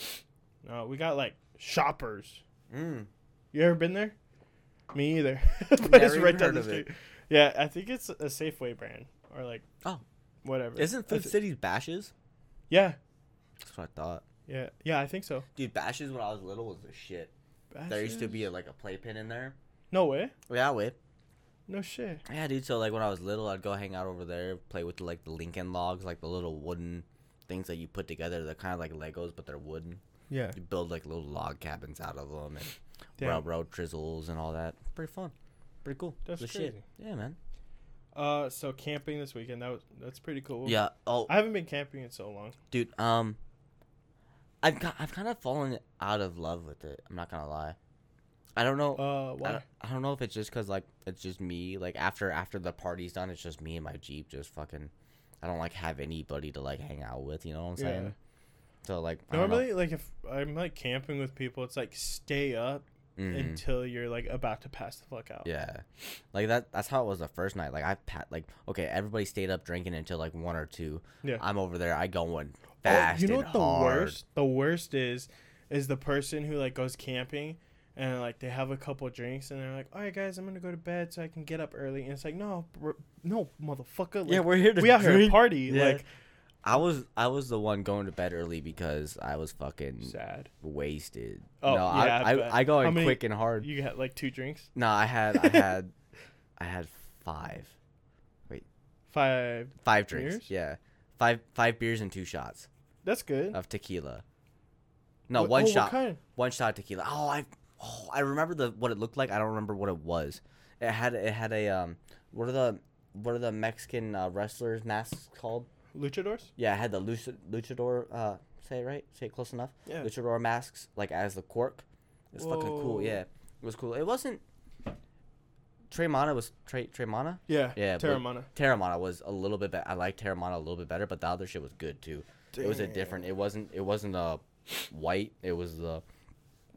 No, we got like shoppers. Mm. You ever been there? Me either. (laughs) but Never it's even right down heard the of street. it. Yeah, I think it's a Safeway brand or like Oh. whatever. Isn't I Food thi- Cities Bashes? Yeah, That's what I thought. yeah, yeah. I think so. Dude, Bashes when I was little was the shit. There used to be like a playpen in there. no way. Yeah, wait. No shit. Yeah, dude. So like when I was little, I'd go hang out over there, play with like the Lincoln logs, like the little wooden things that you put together. They're kind of like Legos, but they're wooden. Yeah. You build like little log cabins out of them and Damn. railroad drizzles and all that. Pretty fun. Pretty cool. That's The crazy. Yeah, man. Uh, so camping this weekend. That was that's pretty cool. Yeah. Oh, I haven't been camping in so long. dude. Um, I've ki- I've kind of fallen out of love with it. I'm not gonna lie. I don't know. Uh, Oh, I, why? don't, I don't know if it's just cause like it's just me. Like after after the party's done, it's just me and my jeep. Just fucking. I don't like have anybody to like hang out with. You know what I'm Yeah. saying? So like I don't know. Normally, like if I'm like camping with people, it's like stay up Mhm. until you're like about to pass the fuck out. Yeah, like that. That's how it was the first night. Like I pat. Like okay, everybody stayed up drinking until like one or two. Yeah. I'm over there. I going Oh, fast. you know and what the hard. worst? The worst is, is the person who like goes camping and like they have a couple drinks and they're like, all right guys, I'm gonna go to bed so I can get up early. And it's like, no, br- no, motherfucker. Like, yeah, we're here to we out here to drink. party. Yeah. Like I was I was the one going to bed early because I was fucking sad. wasted. Oh, no, I, yeah, I I, bet. I, go How in many- quick and hard. You got like two drinks. No, I had I had (laughs) I had five Five. five drinks. Beers? Yeah, five five beers and two shots That's good. of tequila. No, What- one oh, what shot. kind? one shot tequila. Oh, I oh, I remember the what it looked like. I don't remember what it was. It had it had a um what are the what are the Mexican uh, wrestlers masks called? Luchadors. Yeah, it had the lucha, luchador uh say it right? Say it close enough. Yeah. Luchador masks like as the cork. It's fucking Whoa. cool. Yeah. It was cool. It wasn't Tremana was Tre Tremana? Yeah. Yeah, but- Terramana. Terramana was a little bit better. I like Terramana a little bit better, but the other shit was good too. It was a Damn. different. It wasn't. It wasn't a white. It was the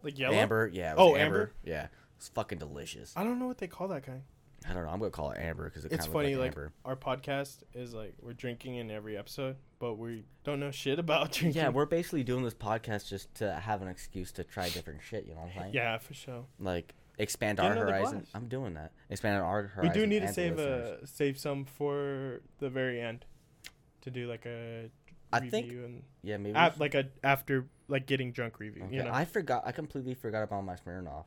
Like yellow. Amber, yeah. It Oh, was amber. amber? Yeah. It's fucking delicious. I don't know what they call that kind. I don't know. I'm going to call it amber because it It's kind of funny, like, like, (laughs) amber. our podcast is like we're drinking in every episode, but we don't know shit about (laughs) drinking. Yeah, we're basically doing this podcast just to have an excuse to try different shit, you know what I'm saying? yeah, for sure. Like expand Get our another horizon. glass. I'm doing that. Expand our We horizon. do need to and the save listeners. uh save some for the very end to do like a I review think- and Yeah, maybe. we a, should- like a after like getting drunk review. okay. You know, I forgot. I completely forgot about my Smirnoff.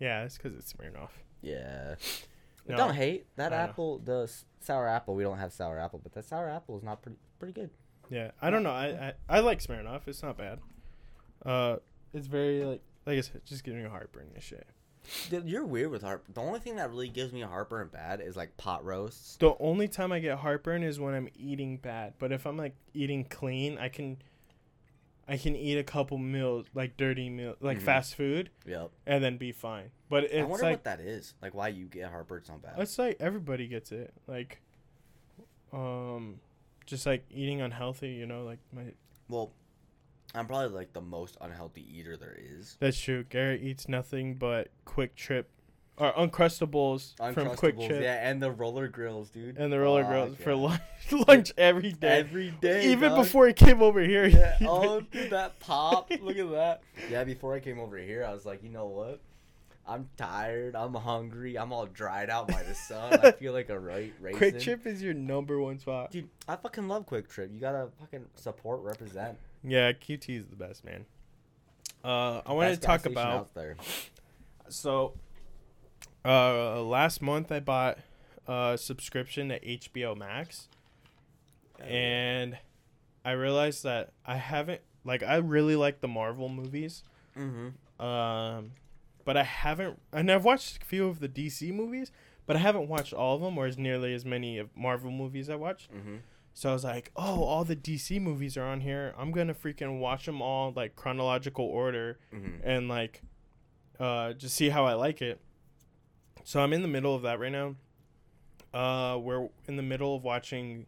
yeah, it's because it's Smirnoff. Yeah. But No, Don't hate that I know. apple. The s- sour apple. We don't have sour apple, but that sour apple is not pretty pretty good. yeah, I don't know. I, I I like Smirnoff. It's not bad. Uh, it's very like like I said, just giving you heartburn and shit. Dude, you're weird with heart. The only thing that really gives me heartburn bad is like pot roasts. The only time I get heartburn is when I'm eating bad. But if I'm like eating clean, I can, I can eat a couple meals like dirty meal like Mhm. fast food Yep. and then be fine. But I it's wonder like what that is. Like why you get heartburn so bad. it's like everybody gets it. Like, um, just like eating unhealthy. You know, like my well, I'm probably like the most unhealthy eater there is. that's true. Garrett eats nothing but Quick Trip or uncrustables, from Quick Uncrustables, Trip yeah, and the roller grills, dude. and the roller Fuck, grills for yeah. lunch, (laughs) lunch every day. every day, Even dog. before he came over here. (laughs) (laughs) Yeah, he oh, made- dude, that (laughs) (laughs) pop! Look at that. Yeah, before I came over here, I was like, you know what? I'm tired. I'm hungry. I'm all dried out by the sun. (laughs) I feel like a right raisin. Quick Trip is your number one spot. dude. I fucking love Quick Trip. You gotta fucking support, represent. Yeah, QT is the best, man. Uh, I wanted to Best gas talk station about out there. So, uh, last month I bought a subscription to HBO Max, and I realized that I haven't like I really like the Marvel movies, Mm-hmm. um, but I haven't, and I've watched a few of the DC movies, but I haven't watched all of them or as nearly as many of Marvel movies I watched. Mm-hmm. So I was like, oh, all the DC movies are on here. I'm gonna freaking watch them all like chronological order Mm-hmm. and like uh just see how I like it. So I'm in the middle of that right now. Uh we're in the middle of watching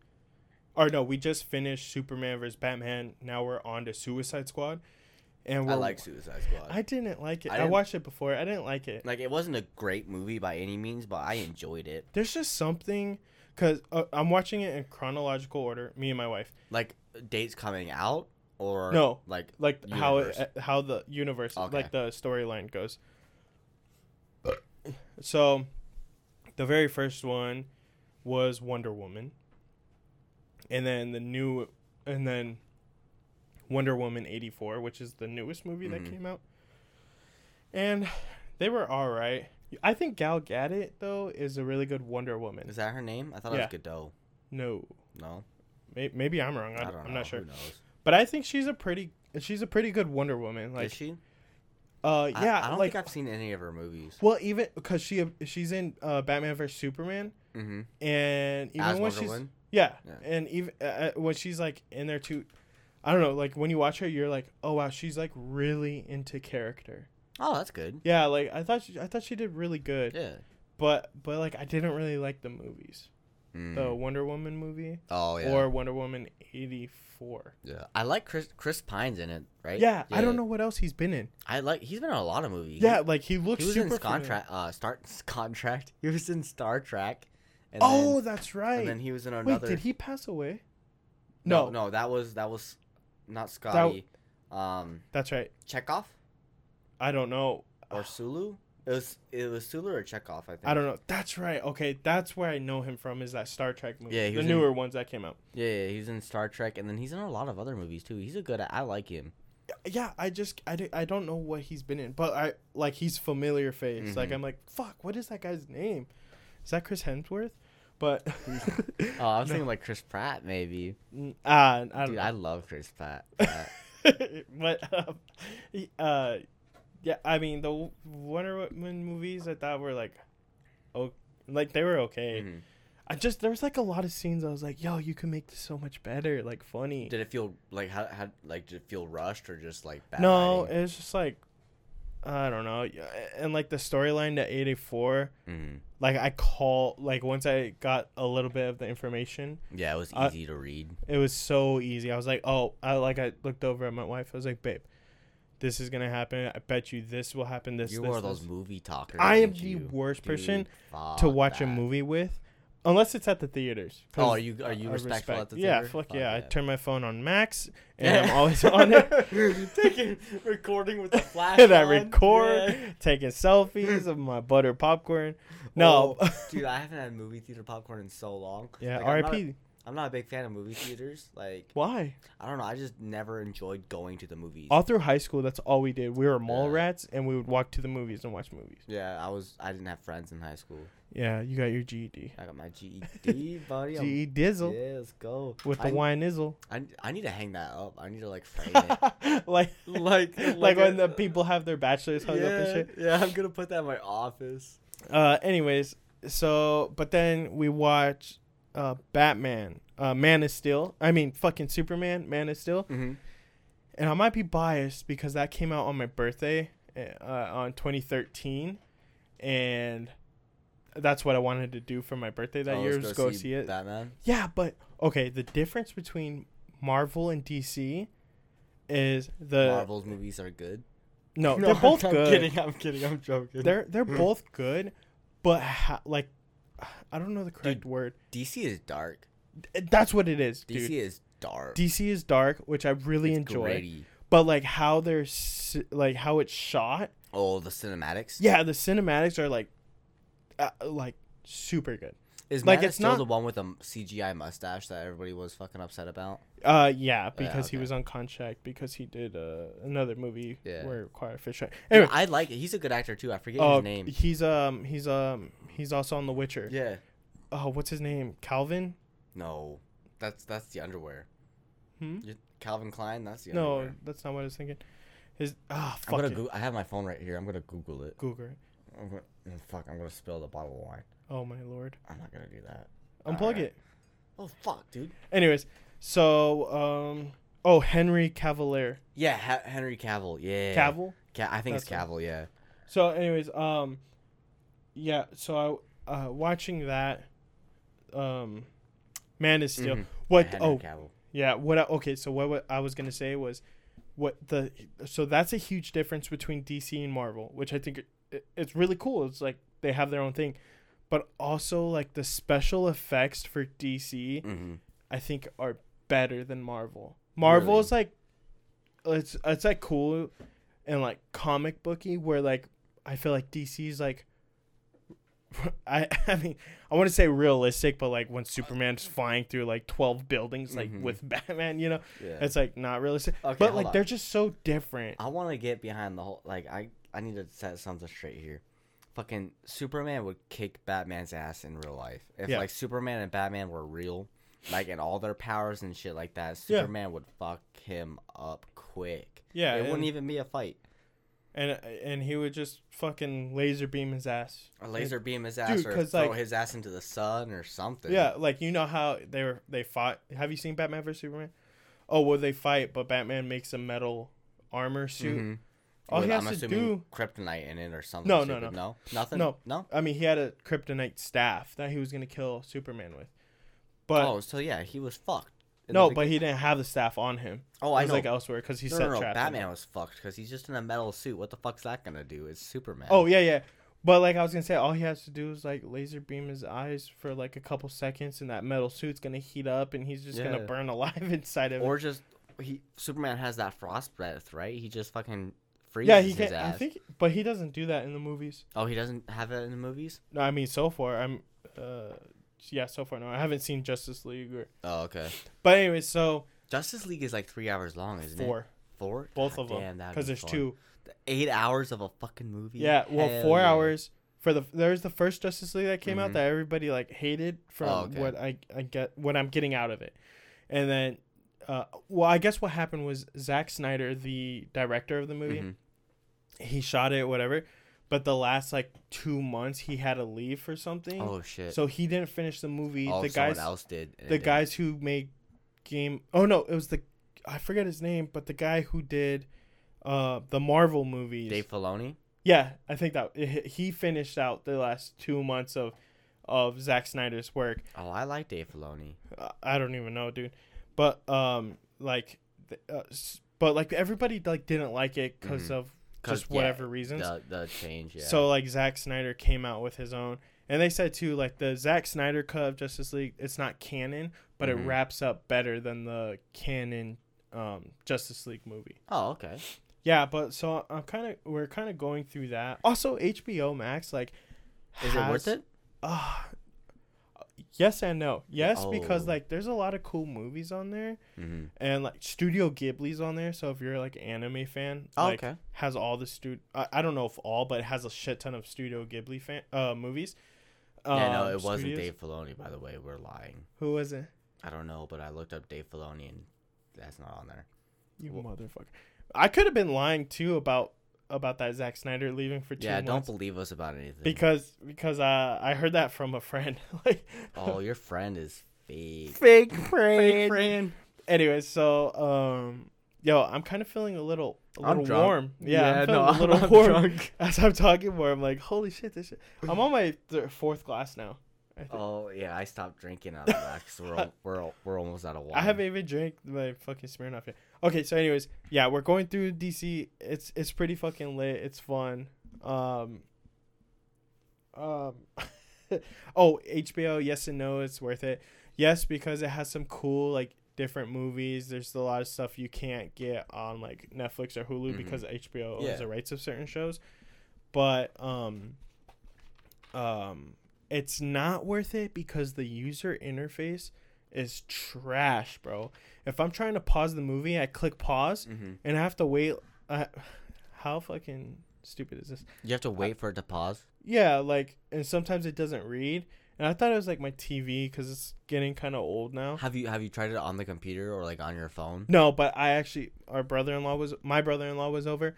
or no, we just finished Superman vs Batman. Now we're on to Suicide Squad. And we're I like Suicide Squad. I didn't like it. I I, didn't- watched it before. I didn't like it. like it wasn't a great movie by any means, but I enjoyed it. There's just something cuz uh, I'm watching it in chronological order, me and my wife. Like dates coming out or No. like Like how it, Universe. uh, how the universe Okay. like the storyline goes. So the very first one was Wonder Woman. And then the new and then Wonder Woman 84, which is the newest movie Mhm. that came out. And they were all right. I think Gal Gadot though is a really good Wonder Woman. is that her name? I thought Yeah. it was Godot. No, No, May- maybe I'm wrong. I I, don't know. I'm not sure, Who knows? but I think she's a pretty she's a pretty good Wonder Woman. Like, is she? uh, I- yeah, I, don't like think I've seen any of her movies. Well, even because she she's in uh, Batman vs Superman, Mm-hmm. and even As when Wonder she's Woman. yeah, Yeah. and even uh, uh, when she's like in there too, I don't know. Like when you watch her, you're like, oh wow, she's like really into character. Oh, that's good. Yeah, like I thought she, I thought she did really good, Yeah. but but like I didn't really like the movies, Mm. the Wonder Woman movie oh yeah. or Wonder Woman eighty four. yeah. I like Chris. Chris Pine's in it, right? Yeah, I don't know what else he's been in. I like. He's been in a lot of movies. Yeah, like he He, looks he was in super. familiar. contract. Uh, start contract. (laughs) He was in Star Trek. And Oh, Then, that's right. And then he was in Wait, another. did he pass away? no, No, no, that was that was not Scotty. Um, that's right. Chekhov I don't know. (sighs) or Sulu. It was it was Sulu or Chekhov. I think. I don't know. That's right. Okay, that's where I know him from is that Star Trek movie. Yeah, he the was newer ones that came out. Yeah, yeah, he's in Star Trek, and then he's in a lot of other movies too. He's a good. I like him. Yeah, I just I, di- I don't know what he's been in, but I like he's familiar face. Like Mhm. I'm like, fuck, what is that guy's name? Is that Chris Hemsworth? But (laughs) Oh, I was No. thinking like Chris Pratt maybe. Mm, ah, I don't Dude, know. I love Chris (laughs) Pratt. Pratt. but um, he- uh, yeah, I mean the Wonder Woman movies I thought were like, oh, like they were okay. Mhm. I just there was like a lot of scenes I was like, yo, you can make this so much better, like funny. Did it feel like how, how like did it feel rushed or just like bad? No, it's just like I don't know, Yeah, and like the storyline to eighty four. writing? Like I call like once I got a little bit of the information, Mhm. yeah, it was I- easy to read. it was so easy. I was like, oh, I like I looked over at my wife. I was like, babe, this is gonna happen. I bet you this will happen. This You this, are those this." movie talkers. I am aren't the you? worst person Dude, fuck to watch a that. (laughs) movie with, unless it's at the theaters. 'cause Oh, are you are you I respectful at respect- the yeah, theater? fuck yeah. I turn my phone on max, and (laughs) I'm always on it. (laughs) Taking recording (laughs) with the flash. and I on. record Yeah. taking selfies of my butter popcorn. No, Oh, (laughs) dude, I haven't had movie theater popcorn in so long. yeah, Like, I'm not- RIP. I'm not a big fan of movie theaters. Like Why? I don't know, I just never enjoyed going to the movies. All through high school, that's all we did. We were mall Yeah. rats, and we would walk to the movies and watch movies. Yeah, I was I didn't have friends in high school. Yeah, you got your E GED. I got (laughs) my GED, buddy. I'm- GE Dizzle Yeah, let's go. E with the I, wine izzle. I, I need to hang that up. I need to like frame it. like, (laughs) like (laughs) like, when the people have their bachelors hung up and shit. Yeah, I'm gonna put that in my office. Uh, anyways, so but then we watch uh Batman, uh Man of Steel. I mean, fucking Superman, Man of Steel. Mm-hmm. and I might be biased because that came out on my birthday uh, on 2013, and that's what I wanted to do for my birthday that year was Oh, go see, it. Batman. Yeah, but okay, the difference between Marvel and DC is the Marvel's movies are good. (laughs) (laughs) no, they're both I'm good. kidding. I'm kidding. I'm (laughs) joking. They're they're both good, but ha- like, I don't know the correct word. DC is dark. That's what it is, DC dude. is dark. DC is dark, which I really It's enjoy. gritty. But like how they're s- like how it's shot. Oh, the cinematics. Yeah, the cinematics are like, uh, like super good. Is Like, like it's still not- the one with the m- CGI mustache that everybody was fucking upset about? Uh, yeah, because he okay. was on contract because he did uh, another movie Yeah. where Choir Fisher. Yeah, Anyway, I like it. He's a good actor too. I forget oh, his name. he's um he's um he's also on The Witcher. Yeah. Oh, what's his name? Calvin? No, that's that's the underwear. Hmm? You- Calvin Klein. That's the no, underwear. that's not what I was thinking. His ah I'm fuck gonna. it. Goo- I have my phone right here. I'm gonna Google it. Google. it. I'm gonna, oh, fuck. I'm gonna spill the bottle of wine. Oh my lord, I'm not gonna do that. unplug Alright. it. Oh fuck, dude. Anyways, so um oh Henry Cavalier Yeah, ha- Henry Cavill. Yeah. Cavill. Ca- I think it's That's him. Cavill. Yeah. So anyways, um yeah, so I uh watching that um Man is Steel. Mhm. What Henry oh Cavill. Yeah. What? I, okay. So what, what I was gonna say was, what the so that's a huge difference between DC and Marvel, which I think it, it, it's really cool. It's like they have their own thing, but also like the special effects for DC, hmm I think are better than Marvel. Marvel's like, it's it's like cool, and like comic booky where like I feel like DC's like. (laughs) I, (laughs) I mean I want to say realistic, but like when Superman's flying through like twelve buildings, like Mhm. with (laughs) Batman, you know, Yeah. it's like not realistic. Okay, but hold like on. they're just so different. I want to get behind the whole. Like, I I need to set something straight here. Fucking Superman would kick Batman's ass in real life. If Yeah. like Superman and Batman were real, like and all their powers and shit like that, Yeah. Superman would fuck him up quick. Yeah, it and- wouldn't even be a fight. And and he would just fucking laser beam his ass. A laser beam his ass Dude, or 'cause, throw like- his ass into the sun or something. Yeah, like you know how they were they fought. Have you seen Batman vs Superman? Oh, well they fight, but Batman makes a metal armor suit. Mhm. All he With, has I'm to assuming do. kryptonite in it or something. No, no, stupid. no. no, nothing. No. no. I mean, he had a kryptonite staff that he was gonna kill Superman with, but oh, so yeah, he was fucked. in the no, big- but he didn't have the staff on him. oh, It I was know. like elsewhere because he no, set no, no, traps. and- Batman was fucked because he's just in a metal suit. What the fuck's that gonna do? It's Superman. Oh yeah, yeah. But like I was gonna say, all he has to do is like laser beam his eyes for like a couple seconds, and that metal suit's gonna heat up, and he's just gonna Yeah. burn (laughs) alive inside of it. or just he Superman has that frost breath, right? He just fucking freezes Yeah, he his can. I ass. think, but he doesn't do that in the movies. Oh, he doesn't have that in the movies. No, I mean so far I'm, uh, yeah, so far no, I haven't seen Justice League or. Oh, okay. But anyway, so Justice League is like three hours long, isn't it? four, Four. both God of them, damn, that'd because be there's fun. two. Eight hours of a fucking movie. Yeah, well, Hell four yeah. hours for the there's the first Justice League that came out Mhm. that everybody like hated from Oh, okay. what I I get what I'm getting out of it, and then, uh, well, I guess what happened was Zack Snyder, the director of the movie, Mhm. he shot it whatever, but the last like two months he had to leave for something, Oh shit. so he didn't finish the movie. oh, the someone guys, else did. and it the didn't. guys who made game. Oh no, it was the I forget his name, but the guy who did. Uh, the Marvel movies. Dave Filoni. Yeah, I think that he he finished out the last two months of of Zack Snyder's work. Oh, I like Dave Filoni. Uh, I don't even know, dude. But um, like, th- uh, s- but like everybody like didn't like it because Mhm. of 'Cause, just yeah, whatever reasons. The the change. Yeah. So like Zack Snyder came out with his own, and they said too like the Zack Snyder cut of Justice League. It's not canon, but Mhm. it wraps up better than the canon um Justice League movie. Oh, okay. Yeah, but so I'm kind of we're kind of going through that. Also, HBO Max like Is it worth has- it? Uh, (sighs) yes and no. Yes, Oh. because like there's a lot of cool movies on there, Mm-hmm. and like Studio Ghibli's on there. So if you're like an anime fan, Oh, like, okay. has all the studio. I, I don't know if all, but it has a shit ton of Studio Ghibli fan uh movies. yeah, no, Um, it wasn't studios. Dave Filoni, by the way. We're lying. Who was it? I don't know, but I looked up Dave Filoni and that's not on there. You Wha- motherfucker! I could have been lying too about about that Zack Snyder leaving for two yeah, months. don't believe us about anything. because because uh, I heard that from a friend. (laughs) like (laughs) oh, your friend is fake. (laughs) fake friend. Anyway, so um, yo, I'm kind of feeling a little a I'm little drunk. warm. Yeah, Yeah, I'm feeling no, a little (laughs) I'm warm. drunk. As I'm talking more, I'm like, holy shit, this shit. I'm on my th- fourth glass now. I, think. Oh yeah, I stopped drinking out of that because we're, al- we're al- we're almost out of water. I haven't even drank my fucking Smirnoff yet. Okay, so anyways, yeah, we're going through DC. It's it's pretty fucking lit. It's fun. Um, Um, (laughs) oh, HBO, yes and no, it's worth it. Yes, because it has some cool like different movies. There's a lot of stuff you can't get on like Netflix or Hulu Mhm. because HBO Yeah. owns the rights of certain shows. But um, um, it's not worth it because the user interface is trash, bro. If I'm trying to pause the movie, I click pause Mm-hmm. and I have to wait. Uh, how fucking stupid is this? You have to wait for it to pause. Yeah, like, and sometimes it doesn't read. And I thought it was like my TV because it's getting kind of old now. Have you have you tried it on the computer or like on your phone? No, but I actually, our brother in law was, my brother in law was over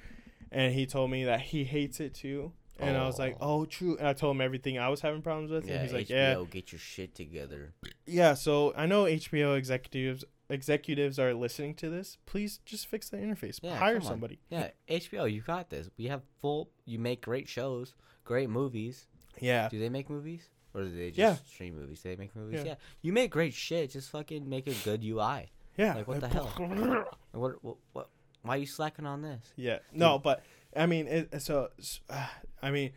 and he told me that he hates it too. And I was like, oh, true. And I told him everything I was having problems with. (laughs) and he's like, yeah. HBO, get your shit together. Yeah, so I know HBO executives executives are listening to this. Please just fix the interface. Yeah, Hire come on. somebody. Yeah, HBO, you got this. We have full. You make great shows, great movies. Yeah. Do they make movies or do they just Yeah. stream movies? Do they make movies? Yeah. Yeah. you make great shit. Just fucking make a good UI. Yeah. (laughs) Like, what the hell? What what, what why are you slacking on this? Yeah. No, but I mean, it, so s- ah, I mean,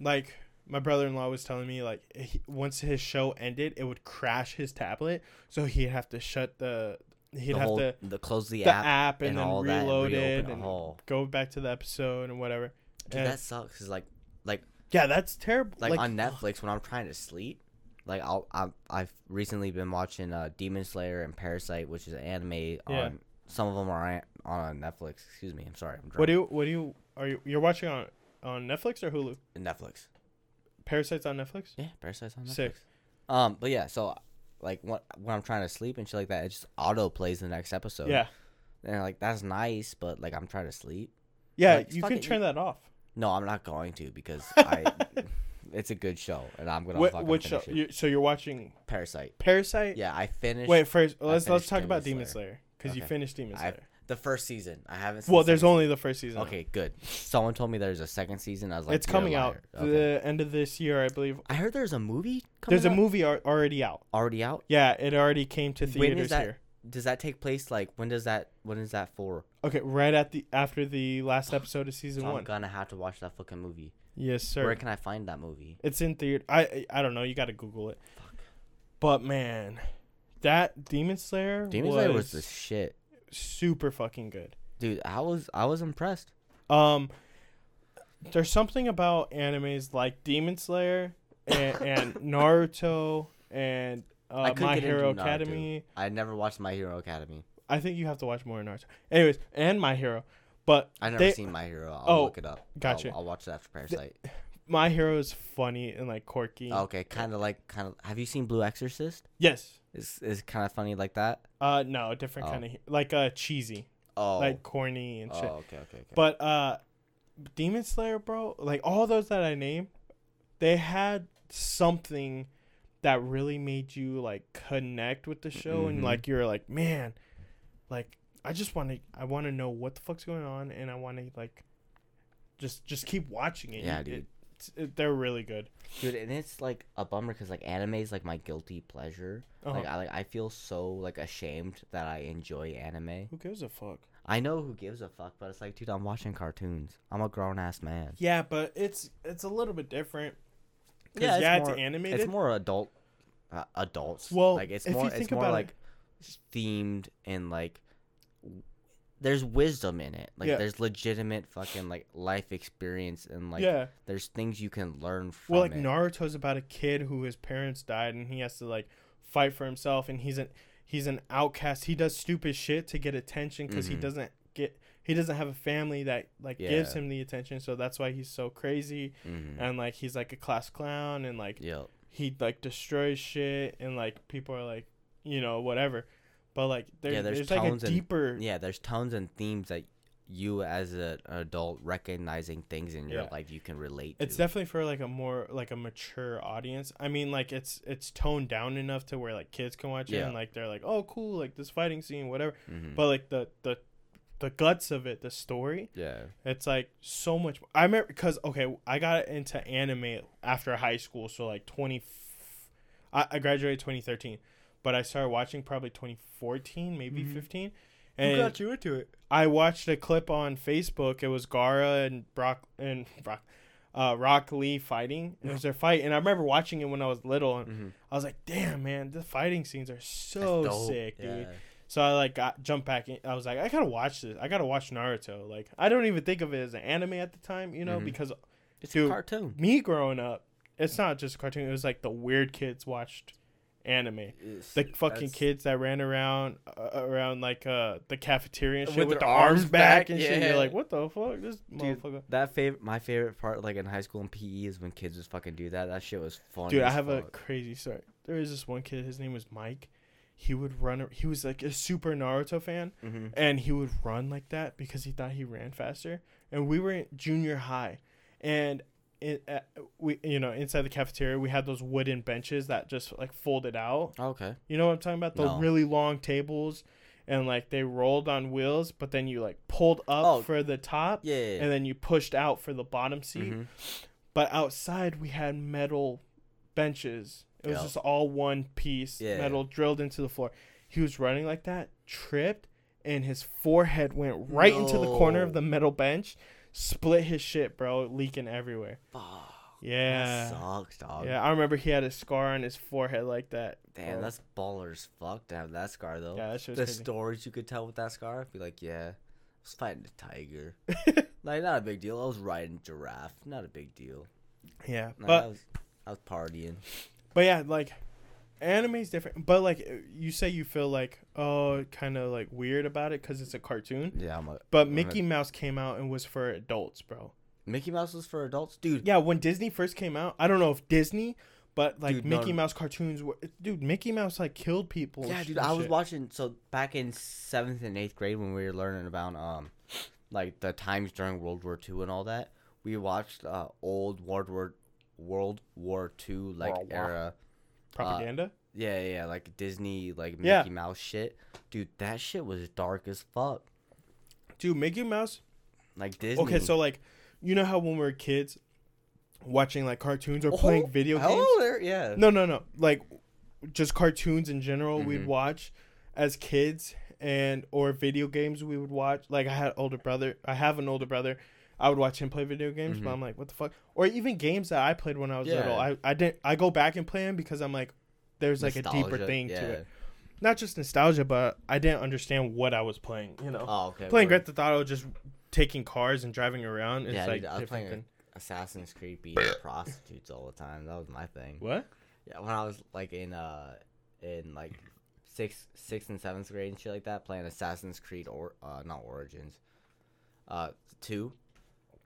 like my brother-in-law was telling me, like he, once his show ended, it would crash his tablet, so he'd have to shut the he'd the have whole to the close the, the app, app, and, and then all that, and reload it reopen and all. go back to the episode and whatever. Dude, And- that sucks. 'cause, like yeah, that's terrible. like, on Netflix when I'm trying to sleep. Like I'll, i I've recently been watching uh, Demon Slayer and Parasite, which is an anime. On Yeah. some of them are on on Netflix. Excuse me, I'm sorry. I'm what drunk. do you what do you are you you're watching on on Netflix or Hulu? Netflix. Parasites on Netflix. Yeah, Parasite's on Netflix. Sick. Um, but yeah, so like when when I'm trying to sleep and shit like that, it just auto plays the next episode. yeah, and like that's nice, but like I'm trying to sleep. yeah, like, you fuck can it, you- turn that off. No, I'm not going to (laughs) because I. It's a good show, and I'm gonna Wh- fucking which show? finish it. You, so you're watching Parasite. Parasite? Yeah, I finished. Wait, first let's let's finished talk about Demon Demon Slayer because you Okay. finished Demon I've- Slayer. the first season. I haven't. Seen well, the there's second only the first season. season. out. Okay, good. Someone told me there's a second season. I was like, it's "You're a coming out liar." Okay. the end of this year, I believe. I heard there's a movie. Coming There's a out? movie ar- already out. already out. Yeah, it already came to When is theaters that? here. Does that take place like when does that when is that for? Okay, right at the after the last episode of season I'm one. gonna have to watch that fucking movie. Yes, sir. Where can I find that movie? It's in theater. I I- I don't know. You got to Google it. But man, that Demon Slayer Demon was, Slayer was the shit, super fucking good. dude. I was I was impressed. Um, there's something about animes like Demon Slayer and, and Naruto and uh, I could My get Hero into Naruto. Academy. I never watched My Hero Academy. I think you have to watch more Naruto. Anyways, and My Hero, but I never They- seen My Hero. I'll Oh, look it up. gotcha. I'll, I'll watch it after Parasite. Oh, My Hero is funny and like quirky. okay, kind of like kind of. Have you seen Blue Exorcist? Yes. Is is kind of funny like that? Uh, no, different Oh. kind of like uh cheesy, Oh, like corny and oh, shit. okay, okay, okay. But uh, Demon Slayer, bro, like all those that I named, they had something that really made you like connect with the show, and Mhm. like you're like, man, like I just want to, I want to know what the fuck's going on, and I want to like, just just keep watching it. Yeah, It- dude. it's- it- they're really good. dude and it's like a bummer because like anime is like my guilty pleasure Uh-huh. like i like i feel so like ashamed that i enjoy anime Who gives a fuck? i know who gives a fuck but it's like dude i'm watching cartoons i'm a grown-ass man Yeah, but it's it's a little bit different. 'Cause, Yeah, it's yeah, more- it's animated. it's more adult uh, adults Well, like it's if more you it's think more about it- like themed and like w- there's wisdom in it like Yeah. there's legitimate fucking like life experience and like yeah. there's things you can learn from Well, like it. Naruto's about a kid who his parents died and he has to like fight for himself and he's an he's an outcast. He does stupid shit to get attention because he Mhm. doesn't get he doesn't have a family that like gives Yeah. him the attention. So that's why he's so crazy Mhm. and like he's like a class clown and like yeah he like destroys shit and like people are like you know whatever. But like there, Yeah, there's, there's like a tones and- deeper yeah there's tones and themes that you as a- an adult recognizing things in your Yeah. life you can relate to it's definitely for like a more like a mature audience i mean like it's it's toned down enough to where like kids can watch it Yeah. and like they're like oh cool like this fighting scene whatever Mhm. but like the the the guts of it the story yeah it's like so much i remember because okay i got into anime after high school so like 20 f- I, I graduated 2013 but i started watching probably 2014 maybe Mhm. 15 Who and you into it I watched a clip on Facebook. It was Gara and (laughs) Brock and Brock, uh, Rock Lee fighting. It was their fight, and I remember watching it when I was little, and Mhm. I was like, "Damn, man, the fighting scenes are That's so dope. Oh, sick, dude." Yeah. So I like got jumped back in. I was like, I gotta watch this. I gotta watch Naruto. Like I don't even think of it as an anime at the time, you know, Mhm. because It's Dude. a cartoon. me growing up, it's not just a cartoon. It was like the weird kids watched anime. It's- The fucking that's- kids that ran around uh, around like uh the cafeteria and shit With with, their their arms arms back, back, and shit. You're yeah. like, what the fuck, this motherfucker. That favorite, my favorite part, like in high school and PE, is when kids just fucking do that. That shit was fun. Dude, I have a crazy story. There is this one kid. His name was Mike. He would run. He was like a super Naruto fan, a. Mm-hmm. and he would run like that because he thought he ran faster. And we were in junior high, and it, uh, we you know inside the cafeteria we had those wooden benches that just like folded out. Oh, Okay. You know what I'm talking about? The No. really long tables, and like they rolled on wheels, but then you like pulled up Oh. for the top, Yeah. yeah, and then you pushed out for the bottom seat. Mhm. But outside we had metal benches. It was Yeah. just all one piece Yeah. metal drilled into the floor. He was running like that, tripped, and his forehead went right into the corner of No. the metal bench, split his shit, bro, leaking everywhere. Fuck, that Yeah. sucks, dog. Yeah, I remember he had a scar on his forehead like that. Damn, Oh. that's baller as fuck to have that scar though. Yeah, that shit the was crazy. stories you could tell with that scar, be like, yeah, I was fighting a (laughs) tiger. like, not a big deal. I was riding giraffe. Not a big deal. yeah, Nah, I but was, I was partying. but yeah, like anime's different. But like you say, you feel like oh, kind of like weird about it because it's a cartoon. Yeah, I'm a But I'm a- Mickey Mouse came out and was for adults, bro. Mickey Mouse was for adults, dude. Yeah, when Disney first came out, I don't know if Disney, but like Dude, no. Mickey Mouse cartoons were dude. Mickey Mouse like killed people. Yeah, and dude, shit. I was watching. So back in seventh and eighth grade, when we were learning about um, like the times during World War II and all that, we watched uh old World War World War II like World War. era. propaganda. Yeah, yeah, yeah, like Disney, like Mickey Yeah. Mouse shit, dude. That shit was dark as fuck. dude, Mickey Mouse. Like Disney. Okay, so like, you know how when we were kids, watching like cartoons or playing video games. Oh, there, yeah. No, no, no. Like just cartoons in general we'd Mhm. watch as kids and or video games we would watch. Like I had older brother. I have an older brother. I would watch him play video games, but Mhm. I'm like, what the fuck? Or even games that I played when I was Yeah. little. I, I didn't I go back and play them because I'm like there's like a deeper Nostalgia, thing yeah. to it. Not just nostalgia, but I didn't understand what I was playing, you know. Oh, okay. playing word. Grand Theft Auto just taking cars and driving around is Yeah, like dude, I was different playing than- Assassin's Creed beating prostitutes all the time. That was my thing. What? Yeah, when I was like in uh in like sixth sixth and seventh grade and shit like that, playing Assassin's Creed or uh not Origins, uh two,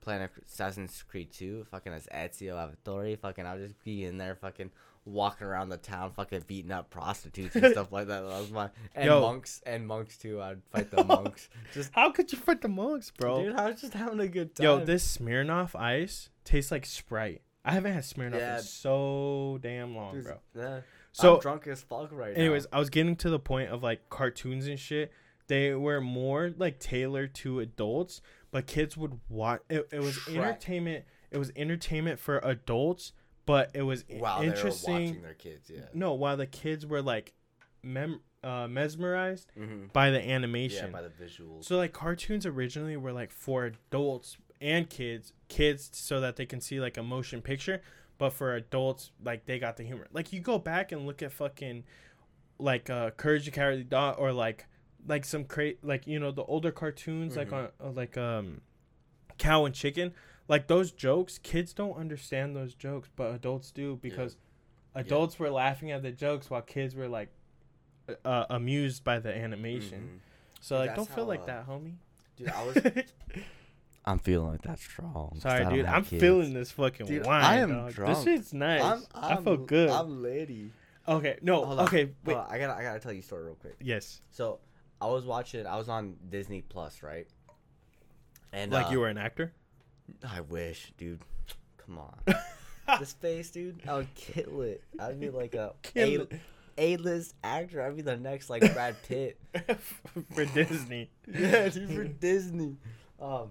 playing Ac- Assassin's Creed two, fucking as Ezio Auditore, fucking I would just be in there fucking walking around the town, fucking beating up prostitutes and stuff like that. That was my and Yo. monks and monks too. I'd fight (laughs) the monks, just How could you fight the monks, bro? dude. I was just having a good time. Yo, this Smirnoff Ice tastes like Sprite. I haven't had Smirnoff Yeah. in so damn long, Dude, bro. yeah. So- I'm drunk as fuck right now. Anyways, I was getting to the point of like cartoons and shit. They were more like tailored to adults, but kids would watch. It, it was Shrek. entertainment. It was entertainment for adults, but it was i- wow, interesting. they were watching their kids. Yeah. No, while the kids were like mem- uh, mesmerized Mm-hmm. by the animation. Yeah, by the visuals. So like cartoons originally were like for adults and kids, kids so that they can see like a motion picture, but for adults like they got the humor. Like you go back and look at fucking like uh Courage the Cowardly Dog or like like some cra- like you know the older cartoons like on Mhm. uh, like um Cow and Chicken, like those jokes, kids don't understand those jokes, but adults do because adults were laughing at the jokes while kids were like uh, amused by the animation. Mm-hmm. So Dude, like, that's don't feel how, like uh, that, homie. Dude, I (laughs) was. (laughs) I'm feeling like that's strong. Sorry, dude. I'm feeling this fucking Dude, wine. I am dog. This drunk. shit's nice. i feel good. I'm lady. okay, no. Hold on, okay, wait. Hold on, I gotta, I gotta tell you a story real quick. Yes, So, I was watching. I was on Disney Plus, right? And like uh, you were an (laughs) actor. I wish, dude. Come on. (laughs) this face, dude. I would kill it. I'd be like a (laughs) Kill A it. A-list actor. I'd be the (laughs) next like Brad Pitt. for Disney. (laughs) yeah, dude, for Disney. Um.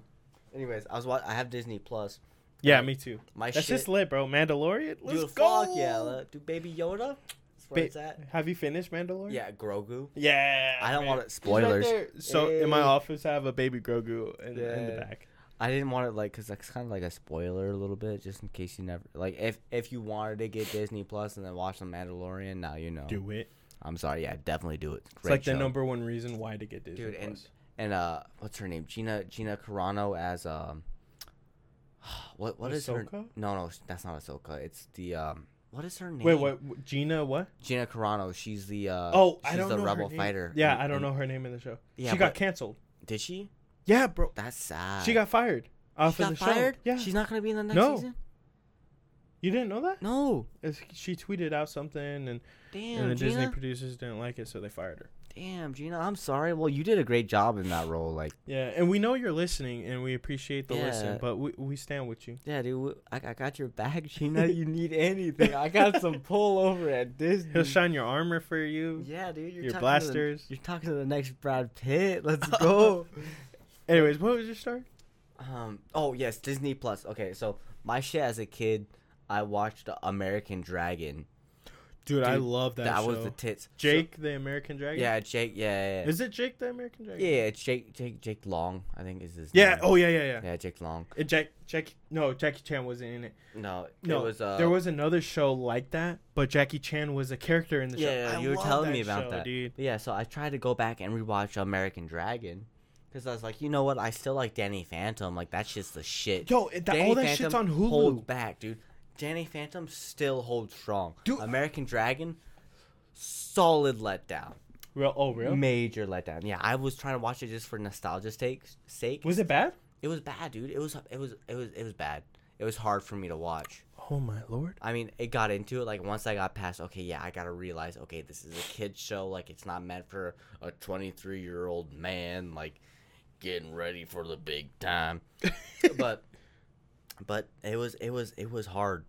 Anyways, I was. Wa- I have Disney Plus. (laughs) Yeah, me too. My That's shit. just lit, bro. Mandalorian. Let's Dude, go. fuck yeah, let- dude, Baby Yoda. That's where Ba- it's at. Have you finished Mandalorian? Yeah, Grogu. Yeah. I don't man. want to He's right spoilers. there. so in my Hey. office, I have a baby Grogu in, in the Yeah. back. I didn't want it like because that's kind of like a spoiler a little bit, just in case you never like if if you wanted to get Disney Plus and then watch The Mandalorian, now you know. Do it. I'm sorry, yeah, definitely do it. It's like the show. number one reason why to get Disney Dude, and- Plus. and uh, what's her name? Gina Gina Carano as um, (sighs) what what is her? Ahsoka? No, no, that's not Ahsoka. It's the um, what is her name? Wait, what? wh- Gina? What? Gina Carano. She's the uh, oh, she's I don't the know. her rebel name. fighter. Yeah, in- I don't in- know her name in the show. Yeah, she got but- canceled. Did she? Yeah, bro. That's sad. She got fired off she of got the fired. show. Yeah, she's not gonna be in the next No. season. you didn't know that? No, It's- She tweeted out something, and, and damn, the Disney Gina. producers didn't like it, so they fired her. damn, Gina. I'm sorry. Well, you did a great job in that role. Like, Yeah, and we know you're listening, and we appreciate the listen, Yeah. but we we stand with you. yeah, dude. I, I got your back, (laughs) (laughs) Gina. you need anything? I got some pull over at Disney. He'll shine your armor for you. Yeah, dude. You're Your talking to the- blasters. you're talking to the next Brad (laughs) Pitt. Let's go. Anyways, what was your story? um. Oh yes, Disney Plus. Okay, so my shit as a kid, I watched American Dragon. Dude, I Dude, love that, That, show. was the tits. So- Jake the American Dragon. yeah, Jake. Yeah, yeah. yeah. Is it Jake the American Dragon? Yeah, it's Jake. Jake. Jake Long. I think is his. Yeah. name. Oh yeah, yeah, yeah. Yeah, Jake Long. And Jack, Jack, no, Jackie Chan wasn't in it. No, No, it was. Uh, there was another show like that, but Jackie Chan was a character in the show. Yeah, yeah, I you were love telling me about show, that. dude. But yeah, so I tried to go back and rewatch American Dragon, because I was like, you know what? I still like Danny Phantom. Like that's just the shit. Yo, it- that, Danny all that shit's on Phantom Hulu. Holds back, dude. Danny Phantom still holds strong. Dude- American Dragon, solid letdown. Real, oh, real? Major letdown. Yeah, I was trying to watch it just for nostalgia's sake. Sake. Was it bad? It was bad, dude. It was. It was. It was. It was bad. It was hard for me to watch. Oh my lord. I mean, it got into it like once I got past. Okay, yeah, I gotta realize. Okay, this is a kid show. Like, it's not meant for a 23 year old man. Like, getting ready for the (laughs) big time. but, but it was it was it was hard.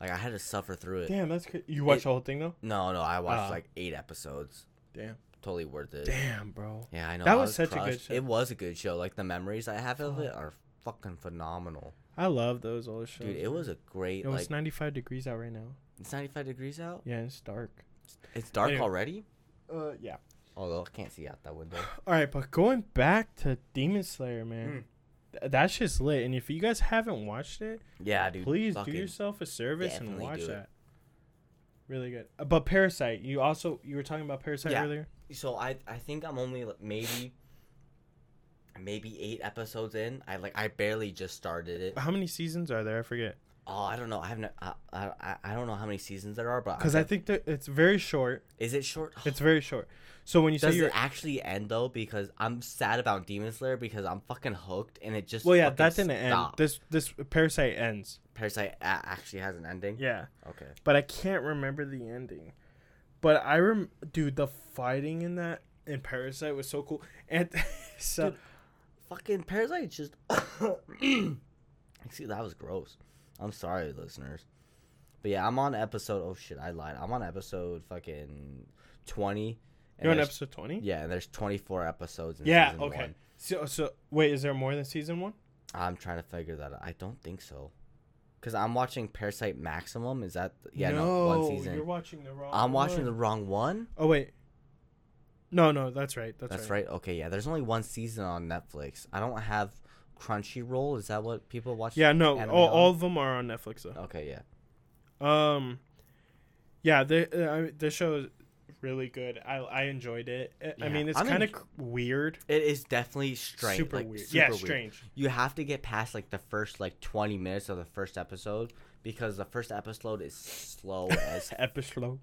Like, I had to suffer through it. Damn, that's crazy. You watched It- the whole thing though? No, no, I watched Ah. like eight episodes. Damn. Totally worth it. Damn, bro. Yeah, I know. That I was such a good crushed. show. It was a good show. Like the memories I have of it are fucking phenomenal, I love those old shows. dude. It was a great Yo, like. it's 95 degrees out right now. It's 95 degrees out. Yeah, it's dark. It's dark Anyway. already. Uh, yeah. Although I can't see out that (laughs) window. All right, but going back to Demon Slayer, man, th- that shit's lit. And if you guys haven't watched it, Yeah, dude. please fucking- do yourself a service and definitely do watch it. that. Really good. Uh, But Parasite, you also you were talking about Parasite Yeah. earlier. So I, I think I'm only like, maybe, maybe eight episodes in. I like, I barely just (laughs) started it. How many seasons are there? I forget. Oh, I don't know. I haven't. I, I, I- I don't know how many seasons there are, but I'm Because I def- think that it's very short. is it short? (gasps) It's very short. So when you say Does you're it actually end though? Because I'm sad about Demon Slayer because I'm fucking hooked, and it just well, yeah, fucking that didn't end. stopped. This this Parasite ends. Parasite a- actually has an ending. Yeah, Okay. but I can't remember the ending. But I rem, dude, the fighting in that in Parasite was so cool. And (laughs) so Fucking Parasite just. (coughs) See, that was gross. I'm sorry, listeners. But yeah, I'm on episode. Oh shit, I lied. I'm on episode fucking 20. And you're on there's- episode twenty. Yeah, and there's 24 episodes. In Yeah. season Okay. one. So so wait, is there more than season one? I'm trying to figure that out. I don't think so. Because I'm watching Parasite Maximum. Is that. Yeah, no, one You're season. watching the wrong. I'm watching the one. wrong one? Oh wait. No, no, that's right. That's, That's, right. right. Okay, yeah. There's only one season on Netflix. I don't have Crunchyroll. Is that what people watch? Yeah, no, anime all, on? all of them are on Netflix though. Okay, yeah. Um, yeah, the uh, I- the show is really good. I I enjoyed it. I- I Yeah, mean, it's I'm kind of en- weird, It is definitely strange. super like, weird. super yeah, weird. strange. You have to get past like the first like 20 minutes of the first episode because the first episode is slow (laughs) as. Episode.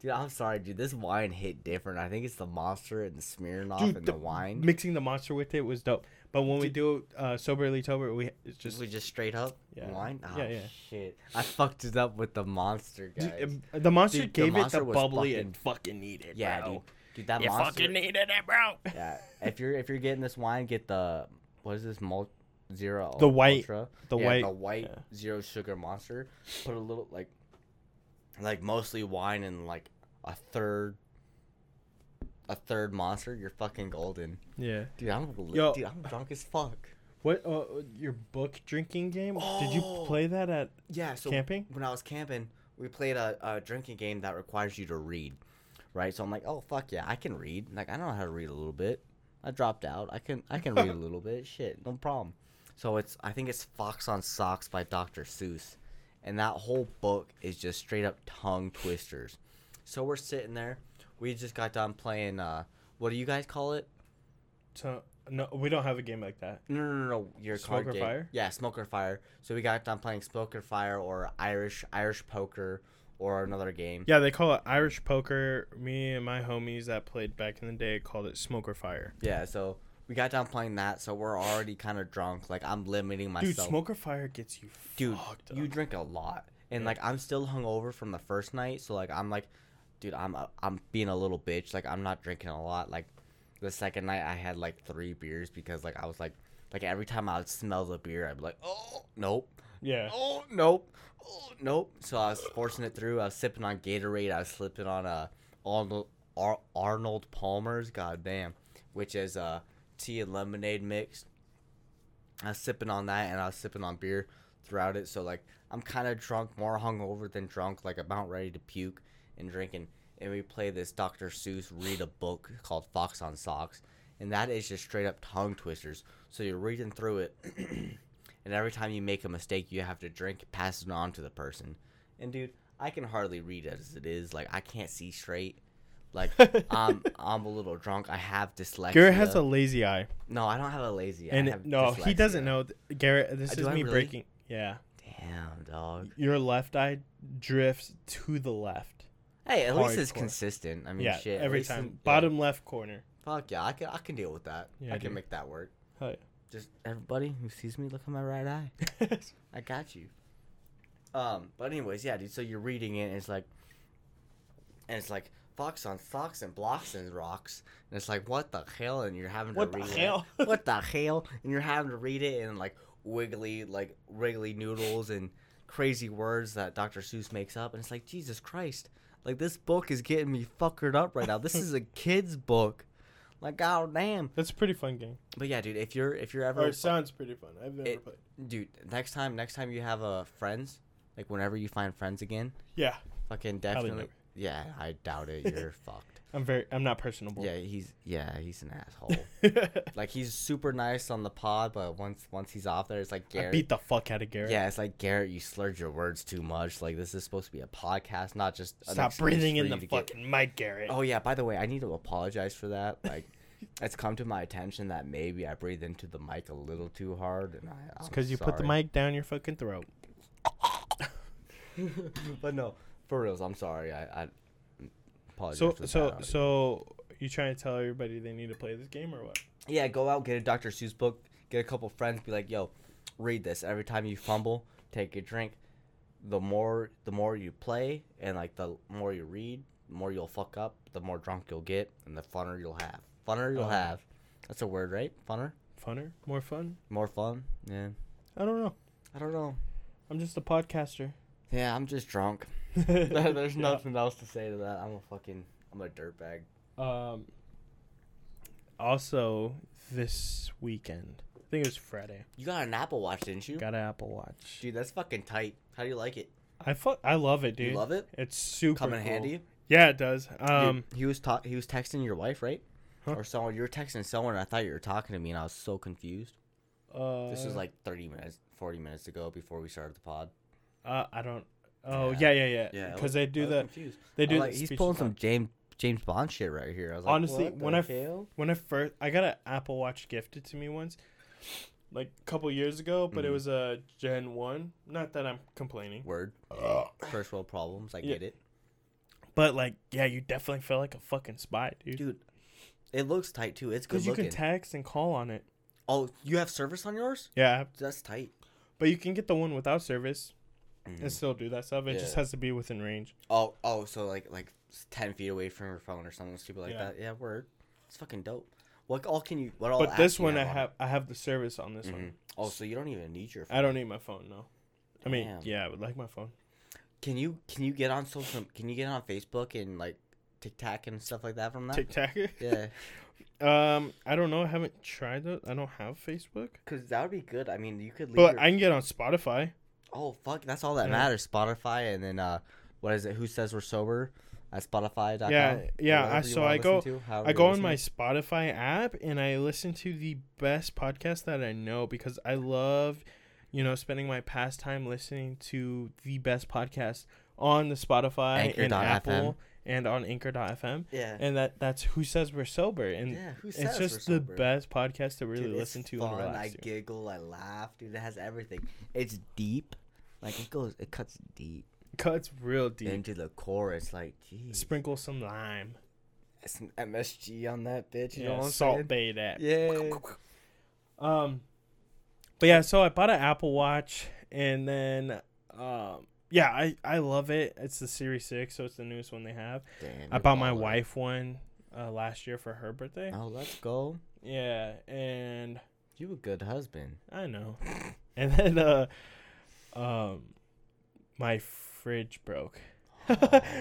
dude, I'm sorry, dude. This wine hit different. I think it's the monster and the Smirnoff Dude, and the the, wine. Mixing the monster with it was dope. But when we Dude. do uh, soberly tober, we it's just Just, we just straight up Yeah. wine. Oh, Yeah, yeah. Shit, I fucked it up with the monster guys. Dude, um, the monster Dude, the gave monster it the was bubbly fucking- it fucking needed. yeah, bro. dude. Dude, that You monster. fucking needed it, bro. yeah, if you're if you're getting this wine, get the what is this mul- zero? The white- Ultra? the Yeah, white- the white yeah. zero sugar monster. Put a little like, like mostly wine and like a third, a third monster. You're fucking golden, Yeah. dude. I'm lit- Yo. dude. I'm drunk as fuck. What uh, your book drinking game? Did you Oh. play that at? Yeah, so Camping? when I was camping, we played a, a drinking game that requires you to read, right? So I'm like, oh fuck yeah, I can (laughs) read. Like I know how to read a little bit. I dropped out. I can I can read a little bit. Shit, no problem. So it's I think it's Fox on Socks by Dr. Seuss, and that whole book is just straight up tongue twisters. So we're sitting there. We just got done playing. Uh, what do you guys call it? So no, we don't have a game like that. No, no, no, no. Your Smoke card or game. Fire? Yeah, smoke or fire. So we got done playing smoke or fire or Irish Irish poker or another game. Yeah, they call it Irish poker. Me and my homies that played back in the day called it smoke or fire. Yeah, so we got done playing that, so we're already kind of drunk. Like I'm limiting myself. Dude, smoke or fire gets you Dude, fucked you up. drink a lot, and Yeah. like I'm still hungover from the first night, so like I'm like, dude, I'm a, I'm being a little bitch. Like I'm not drinking a lot. Like the second night, I had like three beers because like I was like, like every time I would smell the beer, I'd be like, oh nope, Yeah. oh nope, oh nope. So I was forcing it through. I was sipping on Gatorade. I was slipping on uh, Arnold Ar- Arnold Palmer's, goddamn, which is uh tea and lemonade mix. I was sipping on that and I was sipping on beer throughout it. So like I'm kind of drunk, more hungover than drunk, like about ready to puke and drinking. And we play this Dr. Seuss read a book called Fox on Socks, and that is just straight up tongue twisters. So you're reading through it, (clears throat) and every time you make a mistake, you have to drink, pass it on to the person. And dude, I can hardly read as it is. Like I can't see straight. (laughs) Like I'm I'm a little drunk. I have dyslexia. Garrett has a lazy eye, no. I don't have a lazy. I and have no, he dyslexia. doesn't know. th- Garrett, this Uh, is do me I really? breaking. Yeah, Damn dog. your left eye drifts to the left. Hey, at least it's Hardcore. consistent. I mean, yeah, shit. at every least time, it's- yeah. bottom left corner. Fuck yeah, I can I can deal with that. Yeah, I can dude. make that work. Oh, (laughs) yeah. Just everybody who sees me, look at my right eye. I got you. Um, but anyways, yeah, dude. So you're reading it, and it's like, and it's like fox on fox and blocks and rocks, and it's like what the hell, and you're having to What the read it. hell? (laughs) (laughs) what the hell, and you're having to read it in like wiggly like wriggly noodles and crazy words that Dr. Seuss makes up, and it's like Jesus Christ, like this book is getting me fuckered up right now. This (laughs) is a kid's book. Like god damn, That's a pretty fun game. but yeah, dude. If you're if you're Or ever it sounds pretty fun. I've never It- played. dude next time next time you have uh friends like whenever you find friends again Yeah, fucking Probably definitely yeah i doubt it (laughs) you're fucked I'm very. I'm not personable. (laughs) yeah he's yeah he's an asshole like he's super nice on the pod but once once he's off there it's like I garrett beat the fuck out of Garrett. yeah it's like garrett you slurred your words too much like this is supposed to be a podcast not just an Stop excuse breathing Oh, for in you the to get- fucking mic, Garrett. oh yeah by the way i need to apologize (laughs) for that like it's come to my attention that maybe i breathe into the mic a little too hard and i it's I'm because you put the sorry. mic down your fucking throat. but no, for reals, I'm sorry. I, I apologize. So for the so Oh, bad audio. so you trying to tell everybody they need to play this game or what? yeah, go out, get a Dr. Seuss book, get a couple friends, be like, yo, read this. Every time you fumble, take a drink. The more the more you play, and like the more you read, the more you'll fuck up. The more drunk you'll get, and the funner you'll have. Funner you'll Oh. have. That's a word, right? Funner, Funner? More fun? more fun. Yeah, I don't know. I don't know. I'm just a (laughs) podcaster. Yeah, I'm just drunk. (laughs) (laughs) There's Yeah. nothing else to say to that. I'm a fucking, I'm a dirtbag. Um. Also, this weekend, I think it was Friday. You got an Apple Watch, didn't you? Got an Apple Watch. Dude, that's fucking tight. How do you like it? I fuck. I love it, dude. You love it? It's super Come in cool. handy. Yeah, it does. Um, Um, he was ta- he was texting your wife, right? Huh? Or someone you were texting someone. And I thought you were talking to me, and I was so confused. uh, this was like thirty minutes, forty minutes ago before we started the pod. uh, I don't. Oh yeah, Yeah. yeah, yeah. Yeah, I because was- they I do was the Confused. they do. I'm the like, he's speeches pulling on- some James James Bond shit right here. I was like, Honestly, what the when I f- hell? When I first, I got an Apple Watch gifted to me once, like a couple years ago, but it Mhm. was a Gen One. Not that I'm complaining, word first world problems. I Yeah. get it, but like, yeah, you definitely feel like a fucking spy, dude. dude. It looks tight too. It's good Because you looking. can text and call on it. oh, you have service on yours? Yeah, That's tight. but you can get the one without service Mhm. and still do that stuff. It just Yeah. has to be within range. Oh, oh, so like like ten feet away from your phone or something stupid like Yeah. that. Yeah, word. It's fucking dope. What all can you? What all? But apps this do you one, I on it? have, I have the service on this one. Mhm. Oh, so you don't even need your phone. I don't need my phone, no. I mean, Damn. yeah, I would like my phone. Can you can you get on social? Can you get on Facebook and like TikTok and stuff like that from that? Tic Tac. (laughs) yeah, um, I don't know. I haven't tried those. I don't have Facebook, because that would be good. I mean, you could leave. but your- I can get on Spotify. oh fuck, that's all that Yeah. matters. Spotify and then uh, what is it? Who says we're sober? I at Spotify.com. Yeah, yeah, I- whatever you so wanna I listen go- to, however I you're go on my listening. Spotify app and I listen to the best podcasts that I know because I love, you know, spending my pastime listening to the best podcasts on the Spotify and Anchor.fm. Apple and on Anchor.fm. yeah. And that that's who says we're sober and yeah, who says it's we're just the sober? best podcast to Dude, really it's listen to fun. and I relax to. giggle, I laugh, dude. It has everything. It's deep, like it goes, it cuts deep, Cuts real deep. into the core. It's like, geez, Sprinkle some lime. some MSG on that bitch. You know Yeah, what I'm salt saying? bay that. Yeah. Um, but yeah, so I bought an Apple Watch, and then um, yeah, I I love it. It's the Series Six, so it's the newest one they have. Damn, I you're bought my ballin'. wife one uh, last year for her birthday. Oh, let's go. Yeah, and You a good husband. I know, (laughs) and then uh, um, my fridge broke, (laughs)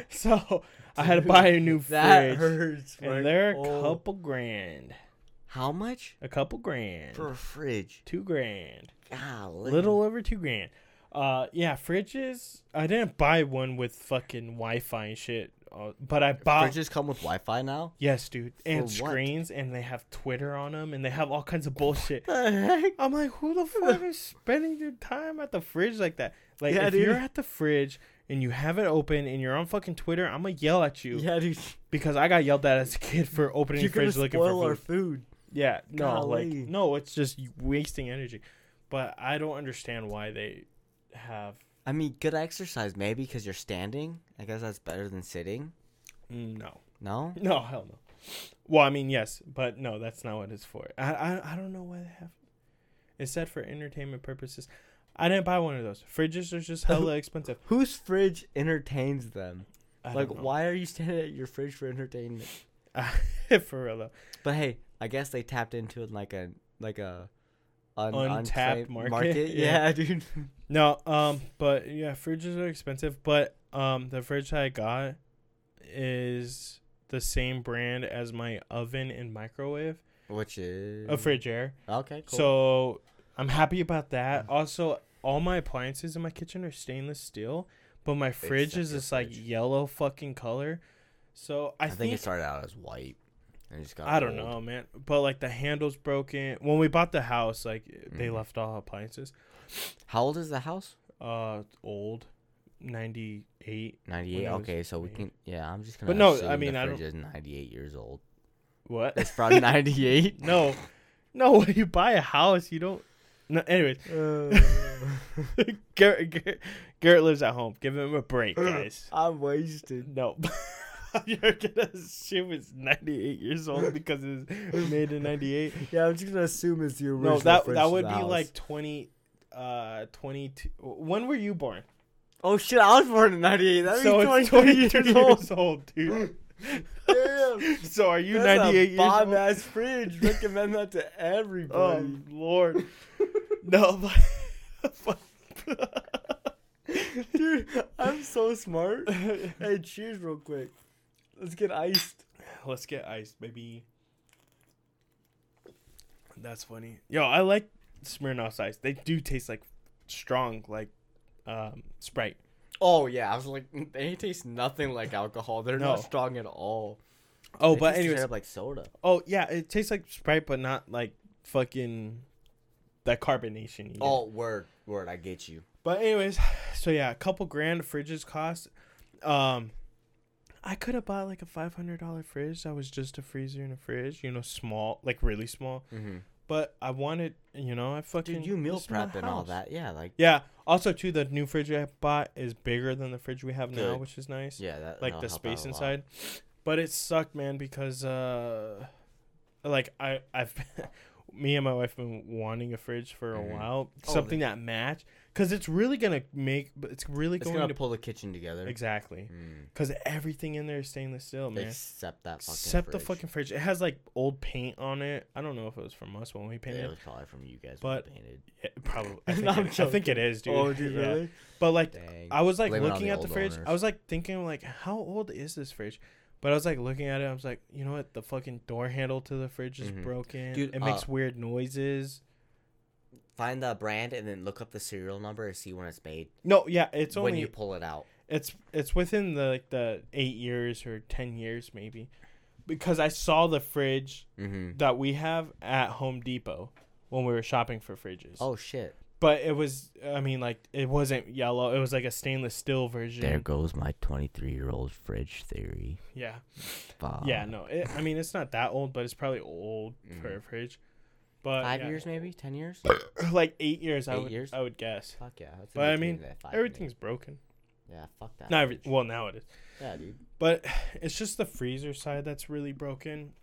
so I had to buy a new (laughs) fridge, That hurts. bro. and they're a Oh. couple grand, How much a couple grand, for a fridge? two grand. Golly. (laughs) little over two grand. Uh, yeah, fridges. I didn't buy one with fucking Wi-Fi and shit, uh, but I bought. fridges come with Wi-Fi now. Yes, dude, and what? screens, and they have Twitter on them, and they have all kinds of bullshit. The heck? I'm like, who the (laughs) fuck is spending their time at the fridge like that? Like, Yeah, if dude. you're at the fridge and you have it open and you're on fucking Twitter, I'm gonna yell at you Yeah, dude. because I got yelled at as a kid for opening You're the gonna fridge looking for spoil food. our food. Yeah, no, Golly. like no, it's just wasting energy. But I don't understand why they have. I mean, good exercise maybe because you're standing. I guess that's better than sitting. Mm, No, No. no, hell no. Well, I mean, yes, but no, that's not what it's for. I, I, I don't know why they have. It's said for entertainment purposes. I didn't buy one of those. Fridges are just hella expensive. Whose fridge entertains them? I like, don't know. why are you standing at your fridge for entertainment? (laughs) for real though. But hey, I guess they tapped into it like a like a un- Untapped unclaimed market? (laughs) Yeah. dude. No, um, but yeah, fridges are expensive. But um, the fridge that I got is the same brand as my oven and microwave, Which is a fridge air. Okay, cool. Mm-hmm. So I'm happy about that. Also, all my appliances in my kitchen are stainless steel, but my fridge said is your this like fridge. yellow fucking color. So I, I, think, think, it started out as white and it just got. I don't old. know, man. But like the handle's broken. When we bought the house, like they Mhm. left all appliances. How old is the house? Uh, old, ninety eight. Ninety eight. When it was Okay, so we made. can. Yeah, I'm just gonna. But no, I assume the mean, I fridge don't- is ninety eight years old. What? It's from (laughs) ninety (laughs) eight. no, no. (laughs) When you buy a house, you don't. No. Anyways, (laughs) Uh. (laughs) Garrett, Garrett, Garrett lives at home. Give him a (clears throat) break, guys. I'm wasted. No. (laughs) You're gonna assume it's 98 years old because it's made in 98. Yeah, I'm just gonna assume it's the original. No, that fridge that to would the be house. like 20, uh, 22. When were you born? Oh shit! I was born in '98. That so means it's 20 20 years old, dude. (laughs) Damn. so are you That's 98 a years bomb old? ass fridge. Recommend that to Oh everybody. Lord. no, but. (laughs) (laughs) Dude, I'm so (laughs) smart. hey, cheers real quick. Let's get iced. Let's get iced, baby. That's funny. Yo, I like Smirnoff's ice. They do taste like strong, like um, Sprite. Oh yeah, I was like, they taste nothing like alcohol. They're No. not strong at all. Oh, They but taste anyways. straight up like soda. Oh yeah, it tastes like Sprite, but not like fucking that carbonation. you get. Oh word, word. I get you. But anyways, (sighs) so yeah, a couple grand fridges cost. Um, I could have bought like a five hundred dollar fridge that was just a freezer and a fridge, you know, small, like really small. Mm-hmm. But I wanted, you know, I fucking Dude, you meal this is my prep and all house. that. Yeah, like Yeah. Also, too, the new fridge I bought is bigger than the fridge we have now, Good. which is nice. yeah, that Like that'll the help out space a lot. inside. But it sucked, man, because uh, like I I've (laughs) me and my wife have been wanting a fridge for a Mhm. while, Oh, something that match, because it's really gonna make. but It's really It's going gonna to pull the kitchen together. exactly Mm. because everything in there is stainless steel, man. Except that fucking Except the fridge. fucking fridge. It has like old paint on it. I don't know if it was from us when we Yeah, painted it it. was probably from you guys. But- But painted. Yeah, probably. (laughs) I think, No, I'm Oh, it, I think it is, Oh, dude. (laughs) Yeah. But like Dang. I was like Blame it on looking the at the old fridge. I owners. was like thinking like how old is this fridge? But I was like looking at it. I was like, you know what? The fucking door handle to the fridge is Mhm. broken. Dude, it makes uh, weird noises. Find the brand and then look up the serial number and see when it's made. No, yeah, it's when only you pull it out. it's it's within the like the eight years or ten years maybe, because I saw the fridge Mm-hmm. that we have at Home Depot when we were shopping for fridges. Oh shit! But it was I mean like it wasn't yellow. It was like a stainless steel version. There goes my 23 year old fridge theory. Yeah. Fuck. yeah. No. It, I mean it's not that old, but it's probably old for a fridge. But Five uh, yeah, years maybe, (coughs) ten years. like eight years. I Eight would years? I would guess. Fuck yeah. that's in But I between mean, that five years. Everything's broken. Yeah, fuck that. Not every, fridge. well now it is. Yeah, dude. But (sighs) it's just the freezer side that's really broken.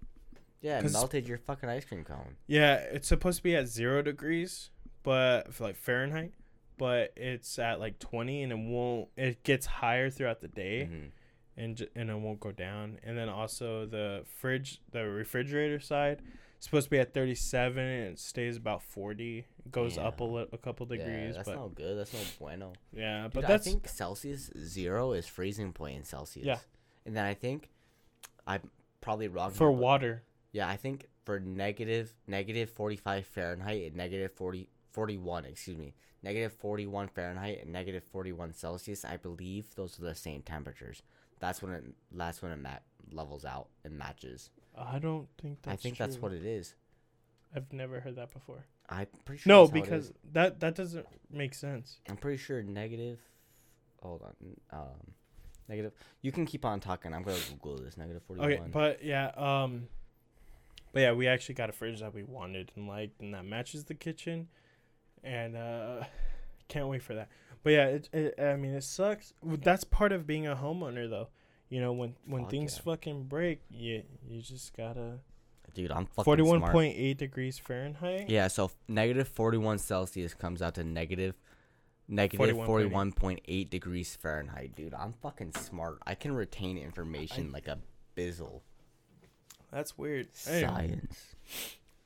Yeah, it 'Cause- melted your fucking ice cream cone. Yeah, it's supposed to be at zero degrees, but for like Fahrenheit, but it's at like twenty, and it won't. It gets higher throughout the day, Mhm. and j- and it won't go down. And then also the fridge, the refrigerator side, it's supposed to be at thirty-seven, and it stays about forty. It goes up a Yeah. little, a couple yeah, degrees, that's but no good. That's no bueno. yeah, but Dude, that's I think Celsius zero is freezing point in Celsius. Yeah. And then I think I'm probably wrong. here, for but- water. Yeah, I think for negative negative 45 Fahrenheit and negative 40, 41, excuse me, negative 41 Fahrenheit and negative 41 Celsius, I believe those are the same temperatures. That's when it that's when it ma- levels out and matches. I don't think that's. I think that's true. what it is. I've never heard that before. I'm pretty sure No, that's how it because is. that that doesn't make sense. I'm pretty sure negative hold on. Um negative you can keep on talking. I'm going to google this negative 41. Okay, but yeah, um, but yeah, we actually got a fridge that we wanted and liked, and that matches the kitchen, and uh, can't wait for that. But yeah, it, it I mean, it sucks. Well, That's part of being a homeowner, though. You know, when when Fuck things yeah. fucking break, you you just gotta Dude, I'm fucking forty one smart. point eight degrees Fahrenheit. Yeah, so f- negative 41 Celsius comes out to negative negative 41.8. 41.8 degrees Fahrenheit, dude. I'm fucking smart. I can retain information like a bizzle. That's weird. Anyway, Science.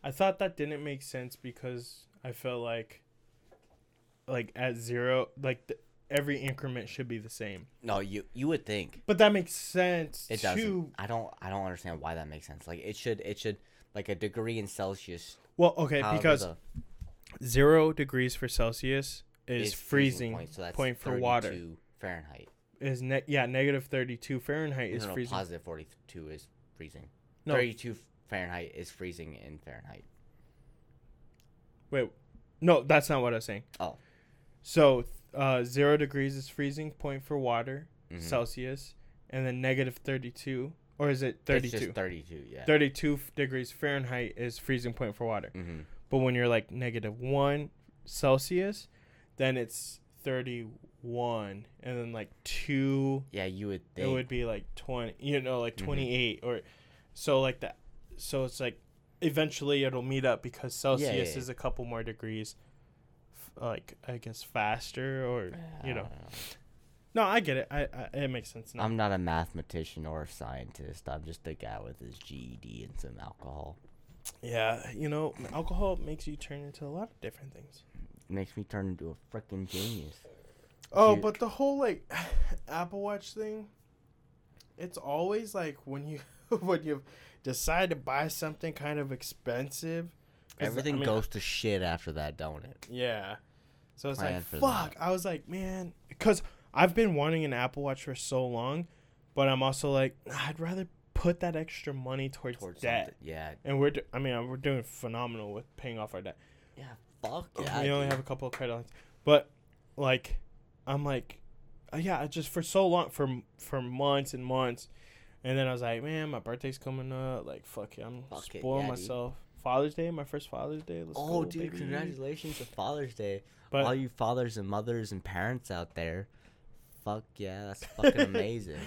I thought that didn't make sense because I felt like like at zero, like th- every increment should be the same. No, you you would think But that makes sense it doesn't. too I don't I don't understand why that makes sense. Like it should it should like a degree in Celsius. Well, okay, however because the- zero degrees for Celsius is, is freezing, point, so that's point for water. 32 Fahrenheit. Is ne- yeah negative thirty two Fahrenheit No, is no, freezing. positive 42 is freezing. No. 32 Fahrenheit is freezing in Fahrenheit. Wait, no, that's not what I was saying. Oh. So uh, zero degrees is freezing point for water mhm. Celsius, and then negative thirty two, or is it It's thirty just two? 32, yeah. Thirty two degrees Fahrenheit is freezing point for water. mm-hmm. But when you're like negative one Celsius, then it's thirty one, and then like two Yeah, you would it think. would be like 20 you know like Mhm. 28 or so like that so it's like eventually it'll meet up because celsius yeah. is a couple more degrees f- like i guess faster or uh, you know no i get it i, I it makes sense now I'm not a mathematician or a scientist. I'm just a guy with his GED and some alcohol. yeah you know alcohol makes you turn into a lot of different things It makes me turn into a freaking genius. oh Dude. but the whole like (sighs) apple watch thing it's always like when you (laughs) when you decide to buy something kind of expensive 'cause, I Everything mean, goes to shit after that, don't it? (laughs) Yeah. So it's Plan like, for fuck. I was like, man, because I've been wanting an Apple Watch for so long, but I'm also like, I'd rather put that extra money towards, Towards debt. something- Yeah. And we're, do- I mean, we're doing phenomenal with paying off our debt. Yeah. Fuck yeah. we only dude. have a couple of credit lines, but like, I'm like, uh, yeah, I just for so long, for for months and months, and then I was like, man, my birthday's coming up. Like, fuck it, I'm Fuck it, spoiling yeah, dude. myself. Father's Day, my first Father's Day. Let's oh, go, dude, baby. congratulations to Father's Day. But- All you fathers and mothers and parents out there. Fuck (laughs) yeah, that's fucking amazing.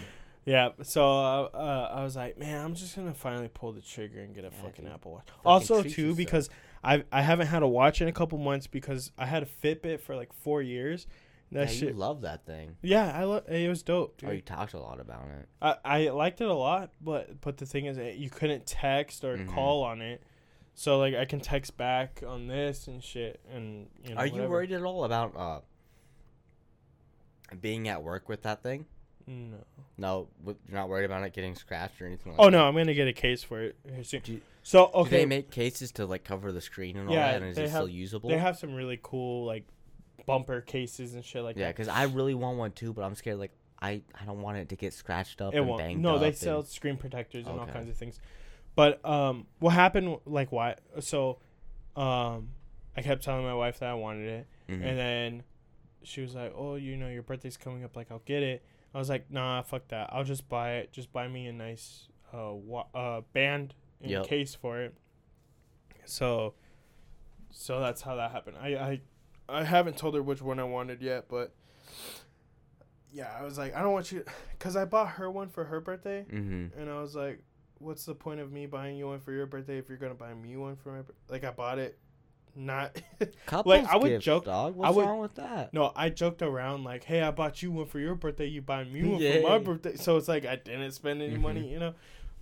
Yeah, so uh, uh, I was like, man, I'm just gonna finally pull the trigger and get a Yeah, fucking dude. Apple Watch. Fucking also, treat too, yourself. because I I haven't had a watch in a couple months because I had a Fitbit for like four years. yeah, That you shit. love that thing. yeah, I lo- it was dope, dude. Oh, you talked a lot about it. I, I liked it a lot, but but the thing is, that you couldn't text or Mhm. call on it. So like, I can text back on this and shit, and you know. Are you whatever. worried at all about uh being at work with that thing? Mm, No. No, w- you're not worried about it getting scratched or anything. Like Oh that? no, I'm gonna get a case for it here soon. Do- so Do they okay, make cases to like cover the screen and all Yeah, that, and is they it still have- usable? they have some really cool like bumper cases and shit like yeah, that. because I really want one too, but I'm scared. Like I I don't want it to get scratched up it and won't. banged No, up. they and- sell screen protectors and all Okay. kinds of things. But um, what happened? Like why? So, um, I kept telling my wife that I wanted it, Mhm. and then she was like, "Oh, you know, your birthday's coming up. Like, I'll get it." I was like, "Nah, fuck that. I'll just buy it. Just buy me a nice uh, wa- uh band and Yep. case for it." So, so that's how that happened. I I I haven't told her which one I wanted yet, but yeah, I was like, I don't want you, cause I bought her one for her birthday, Mhm. and I was like, what's the point of me buying you one for your birthday if you're gonna buy me one for my bir-? like I bought it, not (laughs) Couples I would gifts, joke- Dog, what's would- wrong with that? no, I joked around like, hey, I bought you one for your birthday, you buy me one for my Yeah. birthday, so it's like I didn't spend any Mhm. money, you know,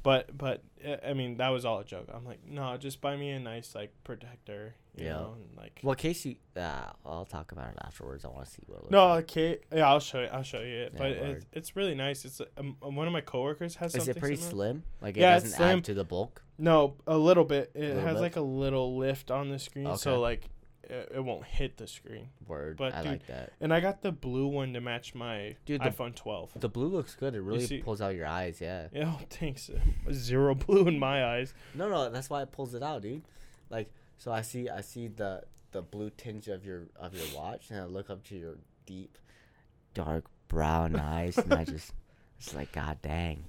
but but uh, I mean that was all a joke. I'm like, no, just buy me a nice like protector, you Yeah. know, and, like Well, Casey, uh, I'll talk about it afterwards. I want to see what. It looks No, like. okay. Yeah, I'll show you. I'll show you it. Yeah, but word. it's, it's really nice. It's um, um, one of my coworkers has is something. it pretty similar. slim? Like it Yeah, it's doesn't slim. add to the bulk. No, a little bit. It Little has bit? like a little lift on the screen, so Okay. like it, it won't hit the screen. Word, But, I dude, like that. And I got the blue one to match my Dude, the- iPhone 12. The blue looks good. It really see- pulls out your (laughs) eyes. Yeah. Yeah, oh, thanks. Zero blue in my eyes. (laughs) No, no, that's why it pulls it out, dude. Like, so I see, I see the the blue tinge of your of your watch, and I look up to your deep, dark brown (laughs) eyes, and I just, it's like, God dang.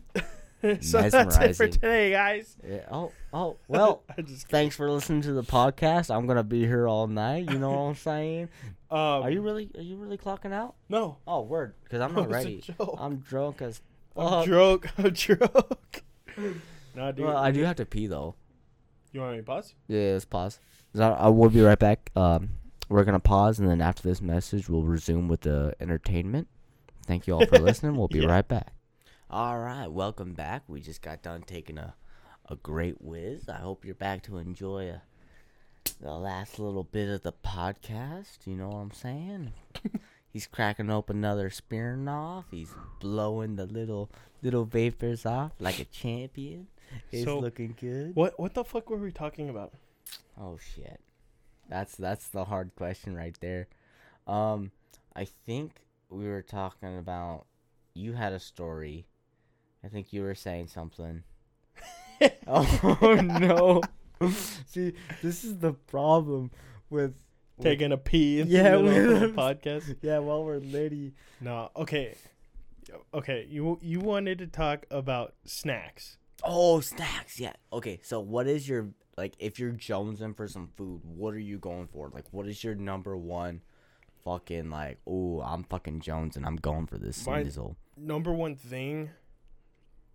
so that's it for Mesmerizing. today, guys. Yeah, oh, oh, well. (laughs) I just Thanks for listening to the podcast. I'm gonna be here all night. You know what (laughs) I'm saying? um, Are you really? Are you really clocking out? no? Oh, word, (laughs) because I'm That not was a ready. joke. I'm drunk as. I'm fuck. drunk. (laughs) I'm drunk. nah, dude. Well, I do have to pee though. you want me to pause? Yeah, let's pause. So I will be right back. Um, we're gonna pause, and then after this message, we'll resume with the entertainment. Thank you all (laughs) for listening. We'll be Yeah. right back. All right, welcome back. We just got done taking a a great whiz. I hope you're back to enjoy a, the last little bit of the podcast. You know what I'm (laughs) saying? He's cracking open another Smirnoff. He's blowing the little little vapors off like a champion. It's So, looking good. What What the fuck were we talking about? Oh shit. That's that's the hard question right there. Um I think we were talking about you had a story. I think you were saying something. oh no. (laughs) See, this is the problem with Taking a pee in Yeah, the middle of we- (laughs) the podcast. yeah, while we're litty. No, okay, okay. You you wanted to talk about snacks? Oh, snacks. Yeah. Okay, so what is your like if you're jonesing for some food, what are you going for? Like what is your number one fucking like, oh, I'm fucking Jones and I'm going for this Mine- snizzle. Number one thing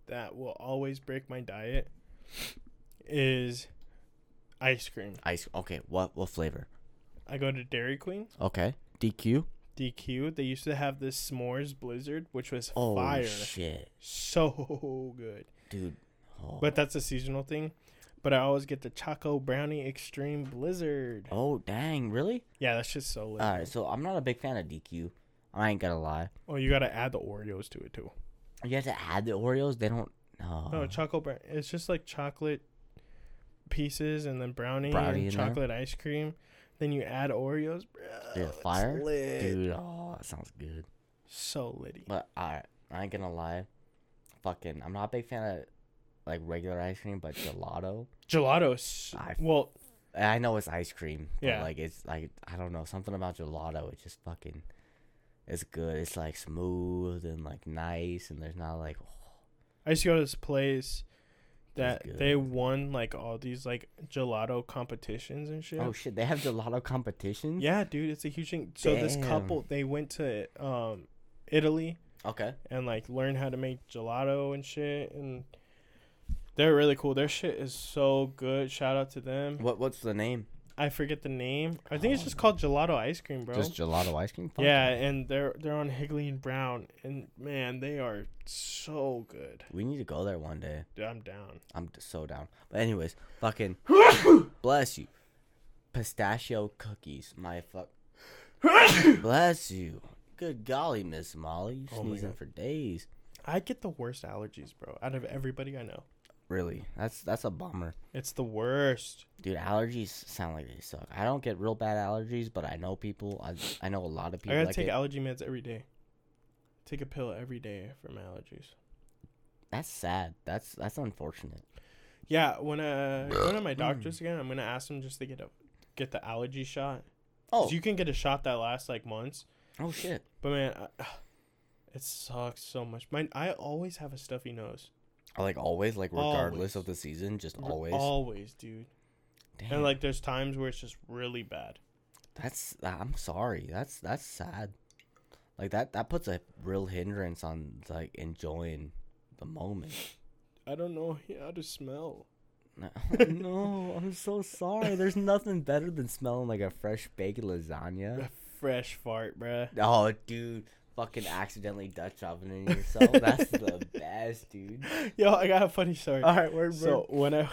that will always break my diet is ice cream. Ice. Okay, what what flavor? I go to Dairy Queen, Okay, DQ. DQ. They used to have this s'mores blizzard, which was Oh fire, shit, so (laughs) good. dude. Oh. But that's a seasonal thing. But I always get the Choco Brownie Extreme Blizzard. oh dang, really? Yeah, that's just so lit. All right, so I'm not a big fan of DQ. I ain't gonna lie. Oh, you gotta add the Oreos to it too. You have to add the Oreos. They don't. oh, No. No, chocolate brown. It's just like chocolate pieces and then brownie, Brownie and in there? chocolate ice cream. Then you add Oreos. Bro, Dude, it's fire? lit. dude. Oh, that sounds good. So litty. But all right, I ain't gonna lie. Fucking, I'm not a big fan of like regular ice cream, but gelato. Gelatos. I- well, I know it's ice cream. But Yeah. Like it's like I don't know something about gelato. It just fucking, it's good. It's like smooth and like nice, and there's not like I used to go to this place That's that good. they won like all these like gelato competitions and shit. Oh shit, they have gelato competitions? yeah, dude, it's a huge thing. So this Damn. couple, they went to um, Italy Okay. and like learn how to make gelato and shit and. They're really cool. Their shit is so good. Shout out to them. What what's the name? I forget the name. I think it's just called Gelato Ice Cream, bro. Just gelato ice cream? Fuck yeah, it. and they're they're on Higley and Brown, and man, they are so good. We need to go there one day. Dude, I'm down. I'm d- so down. But anyways, (laughs) fucking bless you. Pistachio cookies, my (laughs) fuck. bless you. Good golly, Miss Molly, you Oh my sneezing God. for days. I get the worst allergies, bro. Out of everybody I know, Really, that's that's a bummer, it's the worst. dude. Allergies sound like they suck. I don't get real bad allergies, but I know people. I I know a lot of I people. gotta that take get- allergy meds every day. Take a pill every day for my allergies. That's sad. That's that's unfortunate. Yeah, when uh going to my doctor's again, I'm gonna ask them just to get a get the allergy shot. 'Cause Oh, you can get a shot that lasts like months. oh shit. But man, I, it sucks so much. Mine, I always have a stuffy nose. Like always, like Always. regardless of the season, just always. always, dude. Damn, And like, there's times where it's just really bad. that's I'm sorry. That's that's sad. Like that that puts a real hindrance on like enjoying the moment. (laughs) I don't know (laughs) how to smell. no, I'm so sorry. There's nothing better than smelling like a fresh baked lasagna. A fresh fart, bruh. (laughs) Oh, dude, fucking accidentally Dutch ovening yourself. That's (laughs) the best, dude. Yo, I got a funny story. right, we're So when I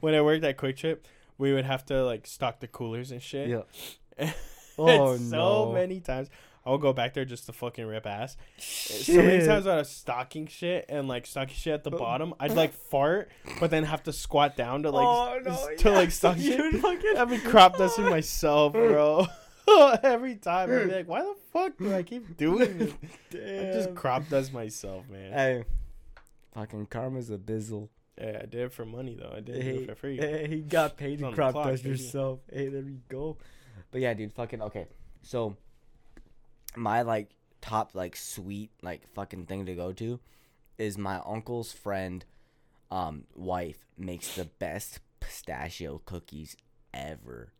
when I (laughs) worked at Quick Trip, we would have to like stock the coolers and shit. (laughs) yeah. Oh Oh, so no. many times. I'll go back there just to fucking rip ass. So many times I was stocking shit and like stocking shit Oh. at the bottom. I'd like fart, but then have to squat down to like Oh, s- no, to yeah. like stock You shit. (laughs) would fucking- I've been crop dusting myself, bro. (laughs) Every time I'd be like, why the fuck do I keep (laughs) doing this? I just Damn. crop dust myself, man. Hey, fucking karma's a bizzle. Yeah, I did it for money though. I did it Hey, for free. hey, he got paid It's to on the crop clock, dust baby. yourself. Hey, there we go. But yeah, dude, fucking okay. So my like top like sweet like fucking thing to go to is my uncle's friend um wife makes the best pistachio cookies ever.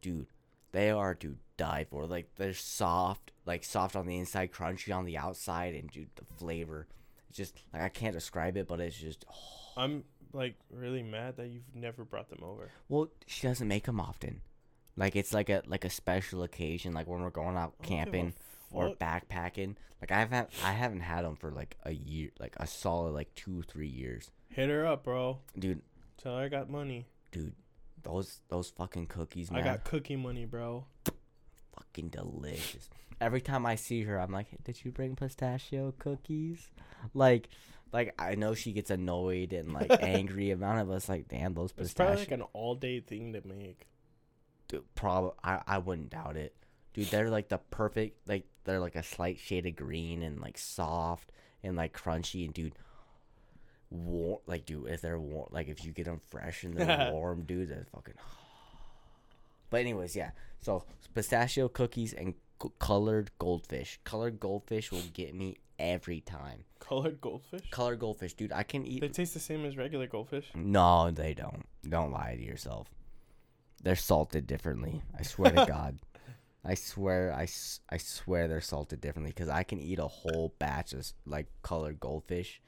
Dude, they are to die for. Like they're soft, like soft on the inside, crunchy on the outside, and dude, the flavor. It's just like I can't describe it, but it's just I'm like really mad that you've never brought them over. Well, she doesn't make them often. Like it's like a like a special occasion, like when we're going out I don't give a camping or fuck. backpacking. Like I've had I haven't had them for like a year, like a solid like two three years, Hit her up, bro. dude. Tell her I got money. Dude, those those fucking cookies, I man, got cookie money, bro. fucking delicious. Every time I see her, I'm like, did you bring pistachio cookies? Like. Like I know she gets annoyed (laughs) and like angry. Amount of us like, damn, those It's probably pistachios. like an all day thing to make. (laughs) dude, prob I, I wouldn't doubt it. Dude, they're like the perfect like they're like a slight shade of green and like soft and like crunchy and dude warm like dude if they're warm like if you get them fresh and they're warm dude they're fucking (sighs) but anyways yeah so pistachio cookies and c- colored goldfish colored goldfish will get me every time Colored goldfish? colored goldfish dude i can eat They taste the same as regular goldfish. no, they don't. Don't lie to yourself. They're salted differently. I swear (laughs) to God. I swear, I, s- I swear they're salted differently because I can eat a whole batch of s- like colored goldfish.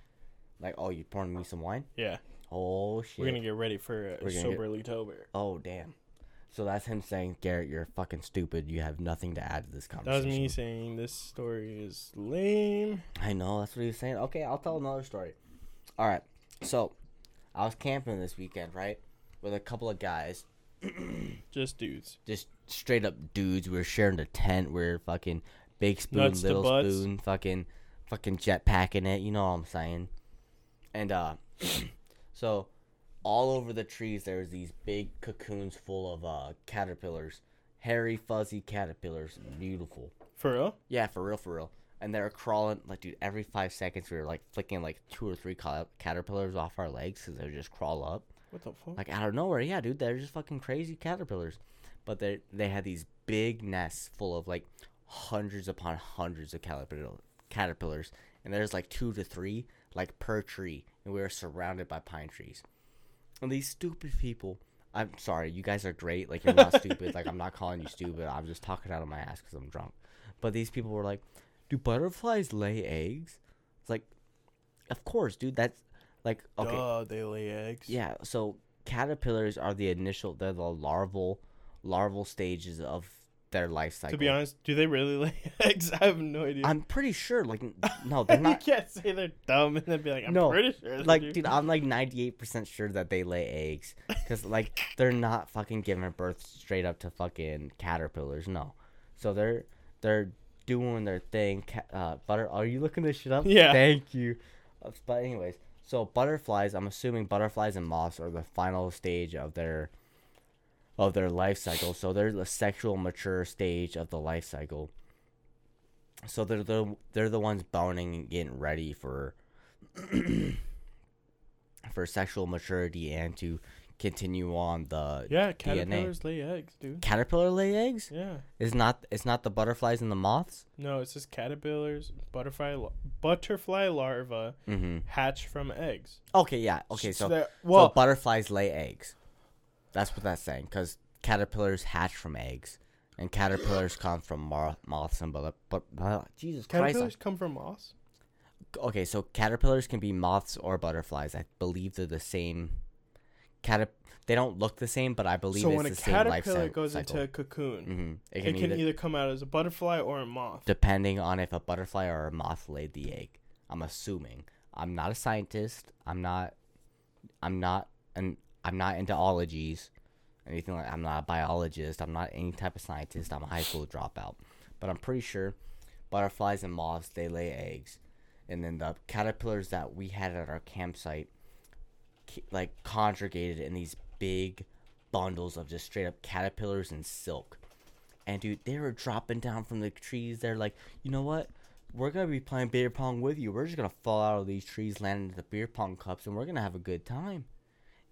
Like, oh, you pouring me some wine? Yeah. Oh shit! We're going to get ready for uh, We're gonna get- Soberly Tober. oh damn! So that's him saying, Garrett, you're fucking stupid. You have nothing to add to this That was conversation. me saying this story is lame. I know that's what he was saying. Okay, I'll tell another story. All right, so I was camping this weekend, right, with a couple of guys, Just dudes. just straight up dudes. We were sharing a tent. We were fucking big spoon, Nuts to little butts. spoon, fucking fucking jetpacking it. You know what I'm saying? And uh, (clears throat) so all over the trees there was these big cocoons full of uh caterpillars, hairy fuzzy caterpillars, beautiful. For real? Yeah, for real, for real. And they were crawling like, dude. Every five seconds, we were like flicking like two or three ca- caterpillars off our legs because they would just crawl up What the fuck? like out of nowhere. Yeah, dude, they're just fucking crazy caterpillars. But they they had these big nests full of like hundreds upon hundreds of caterpillar caterpillars, and there's like two to three like per tree, and we were surrounded by pine trees. And these stupid people. I'm sorry, you guys are great. Like you're not stupid. Like I'm not calling you stupid. I'm just talking out of my ass because I'm drunk. But these people were like, "Do butterflies lay eggs?" It's like, of course, dude. That's like okay. Duh, they lay eggs. Yeah, so caterpillars are the initial they're the larval larval stages of their life cycle. To be honest, do they really (laughs) lay eggs? I have no idea. I'm pretty sure like n- (laughs) no, they're you not can't say they're dumb and then be like, I'm No, pretty sure. they do. like dude, I'm like 98% sure that they lay eggs cuz like they're not fucking giving birth straight up to fucking caterpillars, no. So they're they're doing their thing. Ca- uh butter Are you looking this shit up? Yeah. Thank you. Uh, But anyways, so butterflies, I'm assuming butterflies and moths are the final stage of their of their life cycle. So they're the sexual mature stage of the life cycle. so they're the they're the ones boning and getting ready for (clears throat) for sexual maturity and to continue on the Yeah, caterpillars caterpillars lay eggs, dude. caterpillar lay eggs. Yeah. It's not it's not the butterflies and the moths. No, it's just caterpillars, butterfly la- butterfly larvae Mm-hmm. hatch from eggs. Okay, yeah. Okay, so, that- well, well, butterflies lay eggs. That's what that's saying because caterpillars hatch from eggs, and caterpillars come from moth, moths and but but Jesus Christ. I- caterpillars come from moss. okay, so caterpillars can be moths or butterflies. I believe they're the same. Caterp- they don't look the same, but I believe So it's when a the same life caterpillar cycle. goes into a cocoon, hmm it it can, can, either, either... come out as a butterfly or a moth. depending on if a butterfly or a moth laid the egg. I'm assuming. I'm not a scientist. I'm not. I'm not an. I'm not into ologies, anything like. I'm not a biologist. I'm not any type of scientist. I'm a high school dropout. But I'm pretty sure, butterflies and moths they lay eggs, and then the caterpillars that we had at our campsite, ca- like conjugated in these big bundles of just straight up caterpillars and silk. And dude, they were dropping down from the trees. They're like, you know what? We're gonna be playing beer pong with you. We're just gonna fall out of these trees, land into the beer pong cups, and we're gonna have a good time.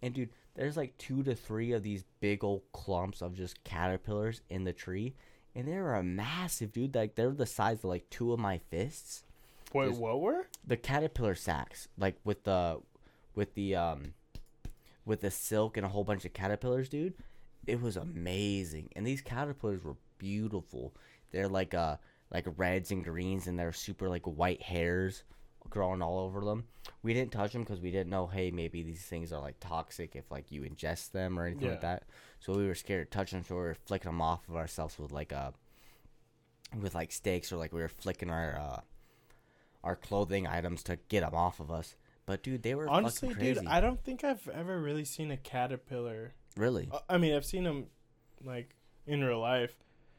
And dude, there's like two to three of these big old clumps of just caterpillars in the tree, and they were massive, dude. Like they're the size of like two of my fists. Wait, Just- what were? The caterpillar sacks, like with the, with the um, with the silk and a whole bunch of caterpillars, dude. It was amazing, and these caterpillars were beautiful. They're like uh like reds and greens, and they're super like white hairs growing all over them. We didn't touch them because we didn't know. Hey, maybe these things are like toxic if like you ingest them or anything like Yeah. that. So we were scared to touch them, so we were flicking them off of ourselves with like uh with like stakes or like we were flicking our uh our clothing items to get them off of us. But dude, they were fucking Honestly, crazy. dude, I don't think I've ever really seen a caterpillar. really. Uh, I mean, I've seen them like in real life.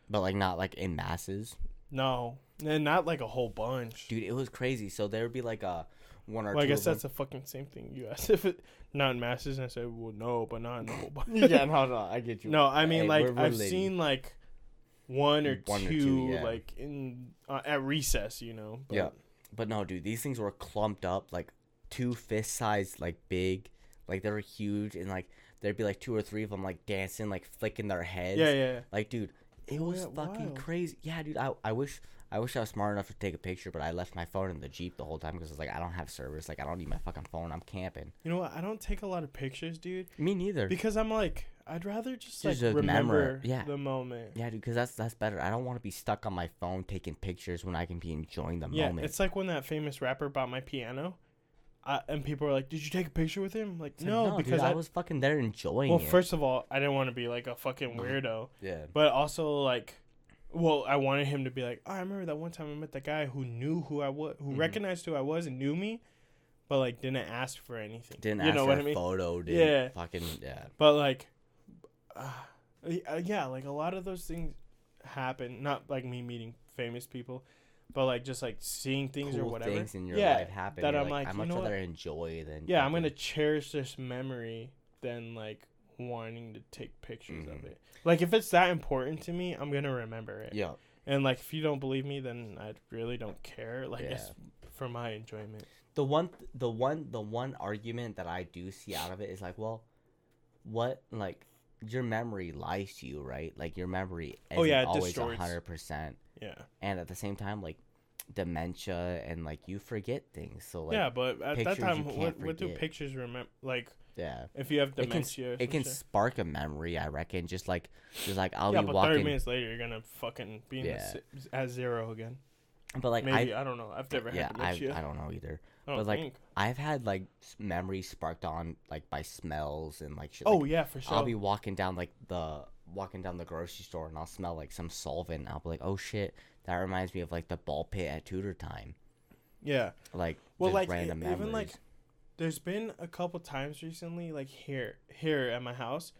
but like not like in masses. No, and not like a whole bunch. Dude, it was crazy. So there would be like a one or well, I two. guess of that's the fucking same thing you asked. (laughs) If it not in masses, and I said, well, no, but not in a (laughs) whole bunch. (laughs) them. yeah, no, no, I get you. No, I mean Hey, like we're I've relating. seen like one or One two, or two, yeah. like in uh, at recess, you know. but- Yeah. but no, dude, these things were clumped up like two fist sized, like big, like they were huge, and like there'd be like two or three of them like dancing, like flicking their heads. yeah, yeah, yeah. Like, dude, it was yeah, fucking wild. crazy. Yeah, dude, I, I wish I wish I was smart enough to take a picture, but I left my phone in the jeep the whole time because it's like I don't have service. Like I don't need my fucking phone. I'm camping. You know what? I don't take a lot of pictures, dude, Me neither. because I'm like I'd rather just like Just a remember memory, yeah. the moment. Yeah, dude, because that's that's better. I don't want to be stuck on my phone taking pictures when I can be enjoying the Yeah, moment. it's like when that famous rapper bought my piano, I, and people were like, "Did you take a picture with him?" Like, It's like, no, because dude, I, I, was fucking there enjoying well, it. first of all, I didn't want to be like a fucking weirdo. yeah, But also like, well, I wanted him to be like, oh, I remember that one time I met that guy who knew who I was, who Mhm. recognized who I was and knew me, but like didn't ask for anything. didn't you ask know for what a I mean? photo. Dude. Yeah. fucking yeah. But like, uh, yeah, like a lot of those things happen. Not like me meeting famous people, but like just like seeing things or cool whatever. things in your yeah, life happen. that You're I'm like, I you much know what? rather enjoy than yeah, I'm gonna fucking- cherish this memory than like wanting to take pictures of Mhm. it. Like if it's that important to me, I'm gonna remember it. yeah. And like, if you don't believe me, then I really don't care. Like, Yeah. it's for my enjoyment. The one, the one, the one argument that I do see out of it is like, well, what like your memory lies to you, right? Like your memory isn't Oh, yeah, it always distorts. hundred percent, Yeah. and at the same time, like dementia and like you forget things. So like, yeah, but at pictures that you time, can't what, what do forget. pictures remember? Like, yeah. if you have can- dementia, it can spark a memory, I reckon. Just like, just like I'll yeah, be but walking, thirty minutes later, you're gonna fucking be in the Yeah. si- at zero again. but like Maybe I, don't know. I've never I, yeah, had I, dementia. I don't know either. I don't but, like, think. I've had like s- memories sparked on like by smells and like shit. oh like, yeah, for sure. I'll be walking down like the walking down the grocery store and I'll smell like some solvent. And I'll be like, oh shit, that reminds me of like the ball pit at Tudor time. yeah. Like, Well, like just e- random even like, memories. there's been a couple times recently, like here here at my house,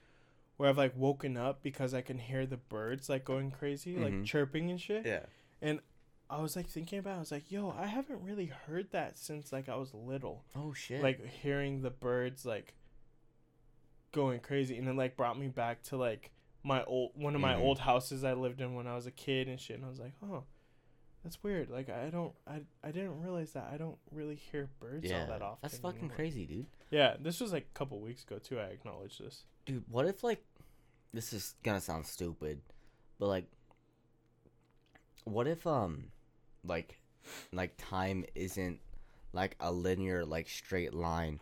where I've like woken up because I can hear the birds like going crazy, like Mhm. chirping and shit. yeah. And I was like thinking about, it, I was like, yo, I haven't really heard that since like I was little. Oh shit. Like hearing the birds like going crazy, and it like brought me back to like my old one of my Mhm. old houses I lived in when I was a kid and shit. And I was like, oh, That's weird. Like I don't, I, I didn't realize that. I don't really hear birds yeah, all that often. that's fucking anymore. crazy, dude. Yeah, this was like a couple weeks ago too. I acknowledge this. Dude, what if like this is gonna sound stupid, but like what if um like like time isn't like a linear like straight line,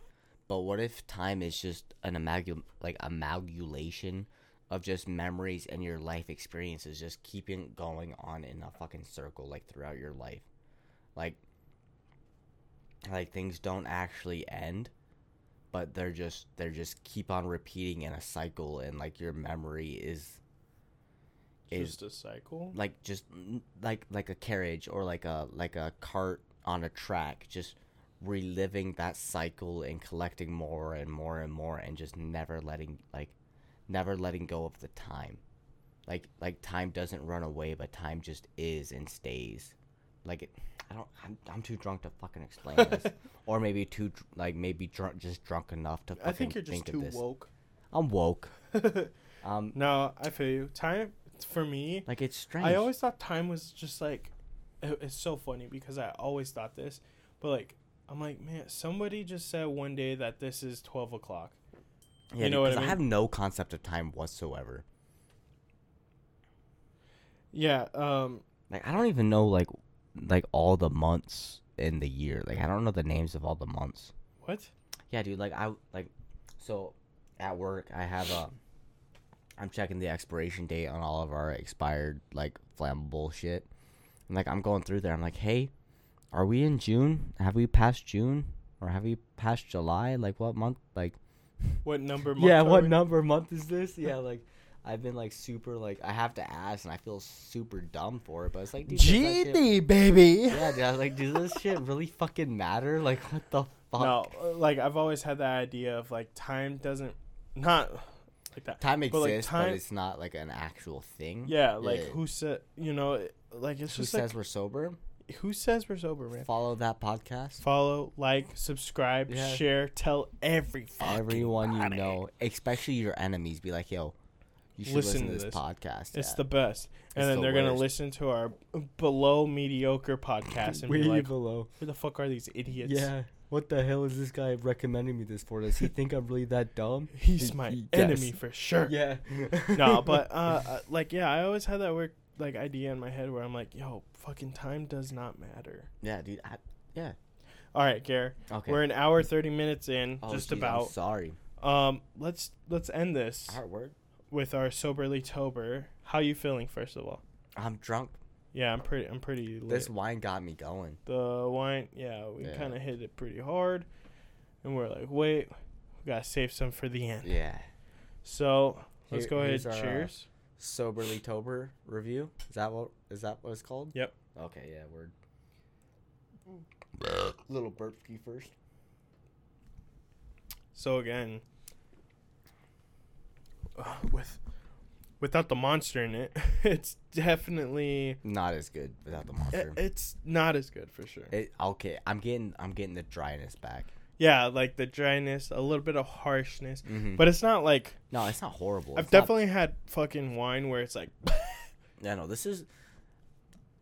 but what if time is just an amalgam like amalgamation of just memories and your life experiences just keeping going on in a fucking circle like throughout your life. Like like things don't actually end but they're just they're just keep on repeating in a cycle and like your memory is Is- Just a cycle. like just mm, like like a carriage or like a like a cart on a track just reliving that cycle and collecting more and more and more and just never letting like never letting go of the time like like time doesn't run away but time just is and stays like it, i don't I'm, I'm too drunk to fucking explain (laughs) this or maybe too dr- like maybe drunk just drunk enough to fucking I think you're just think of too this. woke. (laughs) I'm woke. Um, no, I feel you. Time for me. like it's strange. I always thought time was just like, it- it's so funny because I always thought this, but like I'm like, man, somebody just said one day that this is twelve o'clock. yeah, you know what because I mean? have no concept of time whatsoever. Yeah. Um. Like I don't even know like like all the months in the year. Like I don't know the names of all the months. What? Yeah, dude. Like I like so at work I have a I'm checking the expiration date on all of our expired like flammable shit. And like I'm going through there. I'm like, hey, are we in June? Have we passed June or have we passed July? Like what month? Like What number? yeah, are what we- number month is this? Yeah, like I've been like super like I have to ask and I feel super dumb for it, but it's like dude, does that shit- baby. (laughs) Yeah, dude, I was like, does this shit really fucking matter? Like what the fuck? No, uh, like I've always had that idea of like time doesn't not like that. Time but, like, exists, but, time- it's not like an actual thing. Yeah, like Yeah. who said you know it- like it's Who just says like we're sober? who says we're sober, man. Follow that podcast. Follow, like, subscribe, Yeah. share, tell every fucking Everyone you body. know, especially your enemies, be like, yo, you should listen, to this, podcast. It's yeah. the best. And It's then the they're gonna worst. listen to our below mediocre podcast and be Way like, below. "Where the fuck are these idiots?" Yeah. What the hell is this guy recommending me this for? Does he think I'm really that dumb? he's my Yes. enemy for sure. Yeah. (laughs) no, (laughs) but uh, uh, like yeah, I always had that weird like idea in my head where I'm like, yo, fucking time does not matter. yeah, dude. I, yeah. All right, Gare, Okay. we're an hour thirty minutes in, Oh, just jeez, I'm about. sorry. Um, let's let's end this Hard word. with our soberly tober. How you feeling first of all? I'm drunk. Yeah, I'm pretty. I'm pretty. Lit. This wine got me going. the wine. Yeah, we Yeah. kind of hit it pretty hard, and we're like, wait, we gotta save some for the end. Yeah. So let's Here- go ahead. here's our, uh, cheers. Soberly Tober review. Is that what is that what it's called? Yep. Okay. Yeah. (laughs) Word. Little burp you first. So again, (sighs) uh, with without the monster in it, (laughs) it's definitely Not as good without the i- monster. it's not as good for sure. It, okay. I'm getting I'm getting the dryness back. Yeah, like the dryness, a little bit of harshness, Mhm. but it's not like no, it's not horrible. I've It's not- definitely had fucking wine where it's like, (laughs) No, no. This is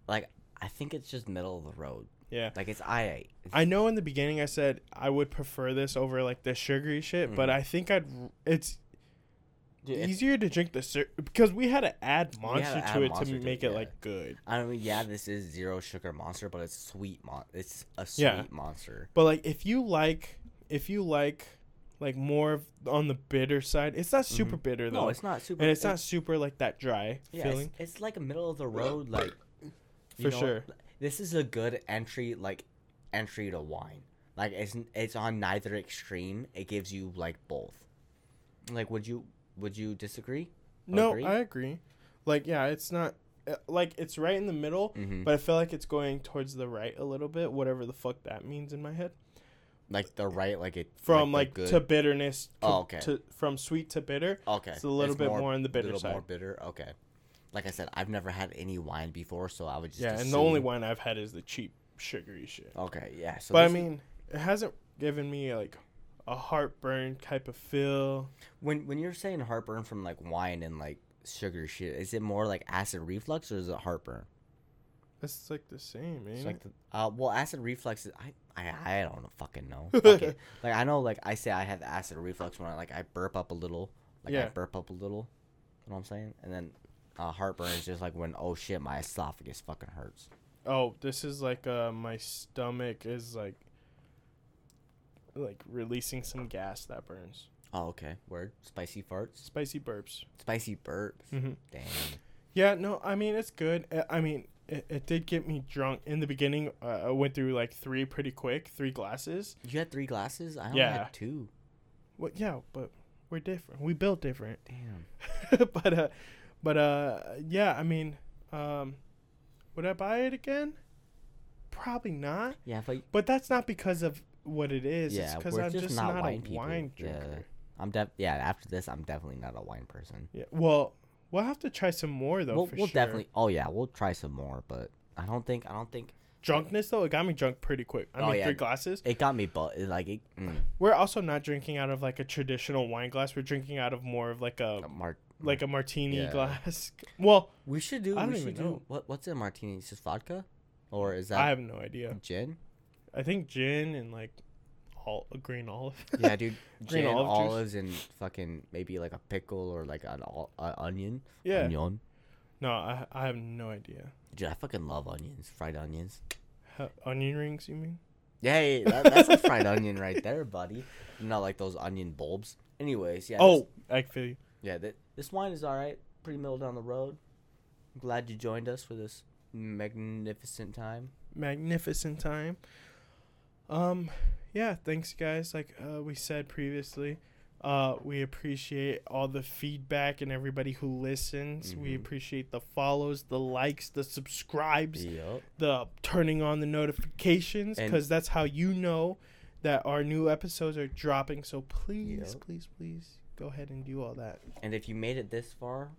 like I think it's just middle of the road. yeah. Like it's I eight. I know in the beginning I said I would prefer this over like the sugary shit, but Mhm. I think I'd it's easier to drink the sur- because we had to add We monster had to to add it monster to to make it, it yeah. like good. I mean, yeah, this is zero sugar monster, but it's sweet mon. It's a sweet Yeah. monster. But like if you like if you like like more of on the bitter side, it's not super bitter though. Mm-hmm. No, it's not super. and it's not super like that dry yeah, it's- feeling. It's, like a middle of the road, like For you know, sure. This is a good entry, like entry to wine. Like it's n- it's on neither extreme. It gives you like both. Like, would you would you disagree? Or no, agree? I agree. Like yeah, it's not uh, like it's right in the middle, Mhm. but I feel like it's going towards the right a little bit, whatever the fuck that means in my head. like the right, like it From the like, good- to bitterness to, Oh, okay. to from sweet to bitter. okay, it's a little bit more on the bitter little More side. bitter, okay. Like I said, I've never had any wine before, so I would just yeah, and the only assume- wine I've had is the cheap sugary shit. Okay, yeah. So but I this is- mean, it hasn't given me like a heartburn type of feel. When when you're saying heartburn from like wine and like sugar shit, is it more like acid reflux or is it heartburn? That's like the same, It's ain't like it? the, uh, well, acid reflux is I, I I don't fucking (laughs) know. Fuck it. Like I know, like I say, I have acid reflux when I like I burp up a little, like I Yeah. burp up a little. You know what I'm saying? And then uh, heartburn is just like when oh shit, my esophagus fucking hurts. Oh, this is like uh, my stomach is like like releasing some gas that burns. Oh okay, word Hmm. spicy farts, Spicy burps. spicy burps. Mm-hmm. Damn. Yeah, no, I mean it's good. I- I mean it, it did get me drunk in the beginning. Uh, I went through like three pretty quick, three glasses. You had three glasses. I only Yeah. had two. Well, yeah, but we're different. We built different. (laughs) Damn. but uh, but uh, yeah, I mean, um, would I buy it again? Probably not. Yeah, but But that's not because of what it is. Yeah, it's yeah, because we're I'm just, just, not, not, wine a people. wine yeah, drinker. I'm def. Yeah, after this, I'm definitely not a wine person. Yeah. Well, we'll have to try some more though. we'll for we'll sure. definitely. Oh yeah, we'll try some more, but I don't think I don't think drunkness though. It got me drunk pretty quick. I Oh, mean, yeah. three glasses. it got me. But like it, mm, We're also not drinking out of like a traditional wine glass. We're drinking out of more of like a mar- like a martini Um, Yeah. glass. (laughs) Well, we should do. I we don't should even do know. what what's in martini? It's just vodka, or is I that have no idea. (laughs) gin? I think gin and like all a green olive. (laughs) Yeah, dude, Green gin, olive juice. olives, and fucking maybe like a pickle or like an ol- uh, onion. (laughs) yeah. Onion. No, I I have no idea. Dude, I fucking love onions. Fried onions. How, onion rings, you mean? Yay, that, that's a fried onion right there, buddy. Not like those onion bulbs. Anyways, yeah. this- Oh, I feel you. Yeah, th- this wine is all right. Pretty middle down the road. I'm glad you joined us for this magnificent time. magnificent time. Um, yeah, thanks guys. Like uh, we said previously, uh, we appreciate all the feedback and everybody who listens. We Mhm. appreciate the follows, the likes, the subscribes, Yep. the turning on the notifications, And- because that's how you know that our new episodes are dropping. So please, Yep. please, please go ahead and do all that. And if you made it this far,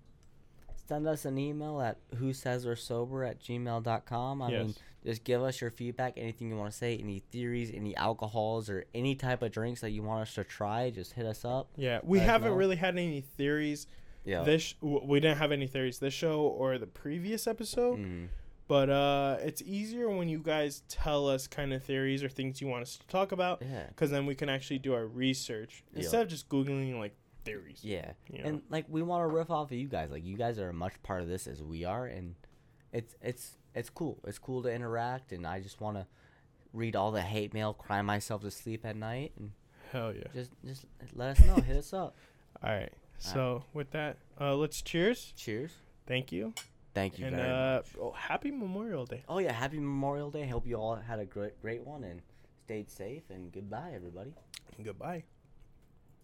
send us an email at who says we're sober at gmail.com. I mean, just give us your feedback, anything you want to say, any theories, any alcohols, or any type of drinks that you want us to try, just hit us up. yeah. We Let us haven't know. really had any theories. Yeah. This w- we didn't have any theories this show or the previous episode. Mm. But uh, it's easier when you guys tell us kind of theories or things you want us to talk about, Yeah. because then we can actually do our research Yeah. instead of just googling like theories. Yeah. You know? and like we want to riff off of you guys like you guys are a much part of this as we are and it's it's it's cool it's cool to interact and i just want to read all the hate mail cry myself to sleep at night and Hell yeah! just just let us know hit us up All right. So with that, uh, let's (laughs) cheers. cheers Thank you, thank you and very uh, much oh, happy Memorial Day. oh yeah happy memorial day hope you all had a great great one and stayed safe and goodbye everybody Goodbye.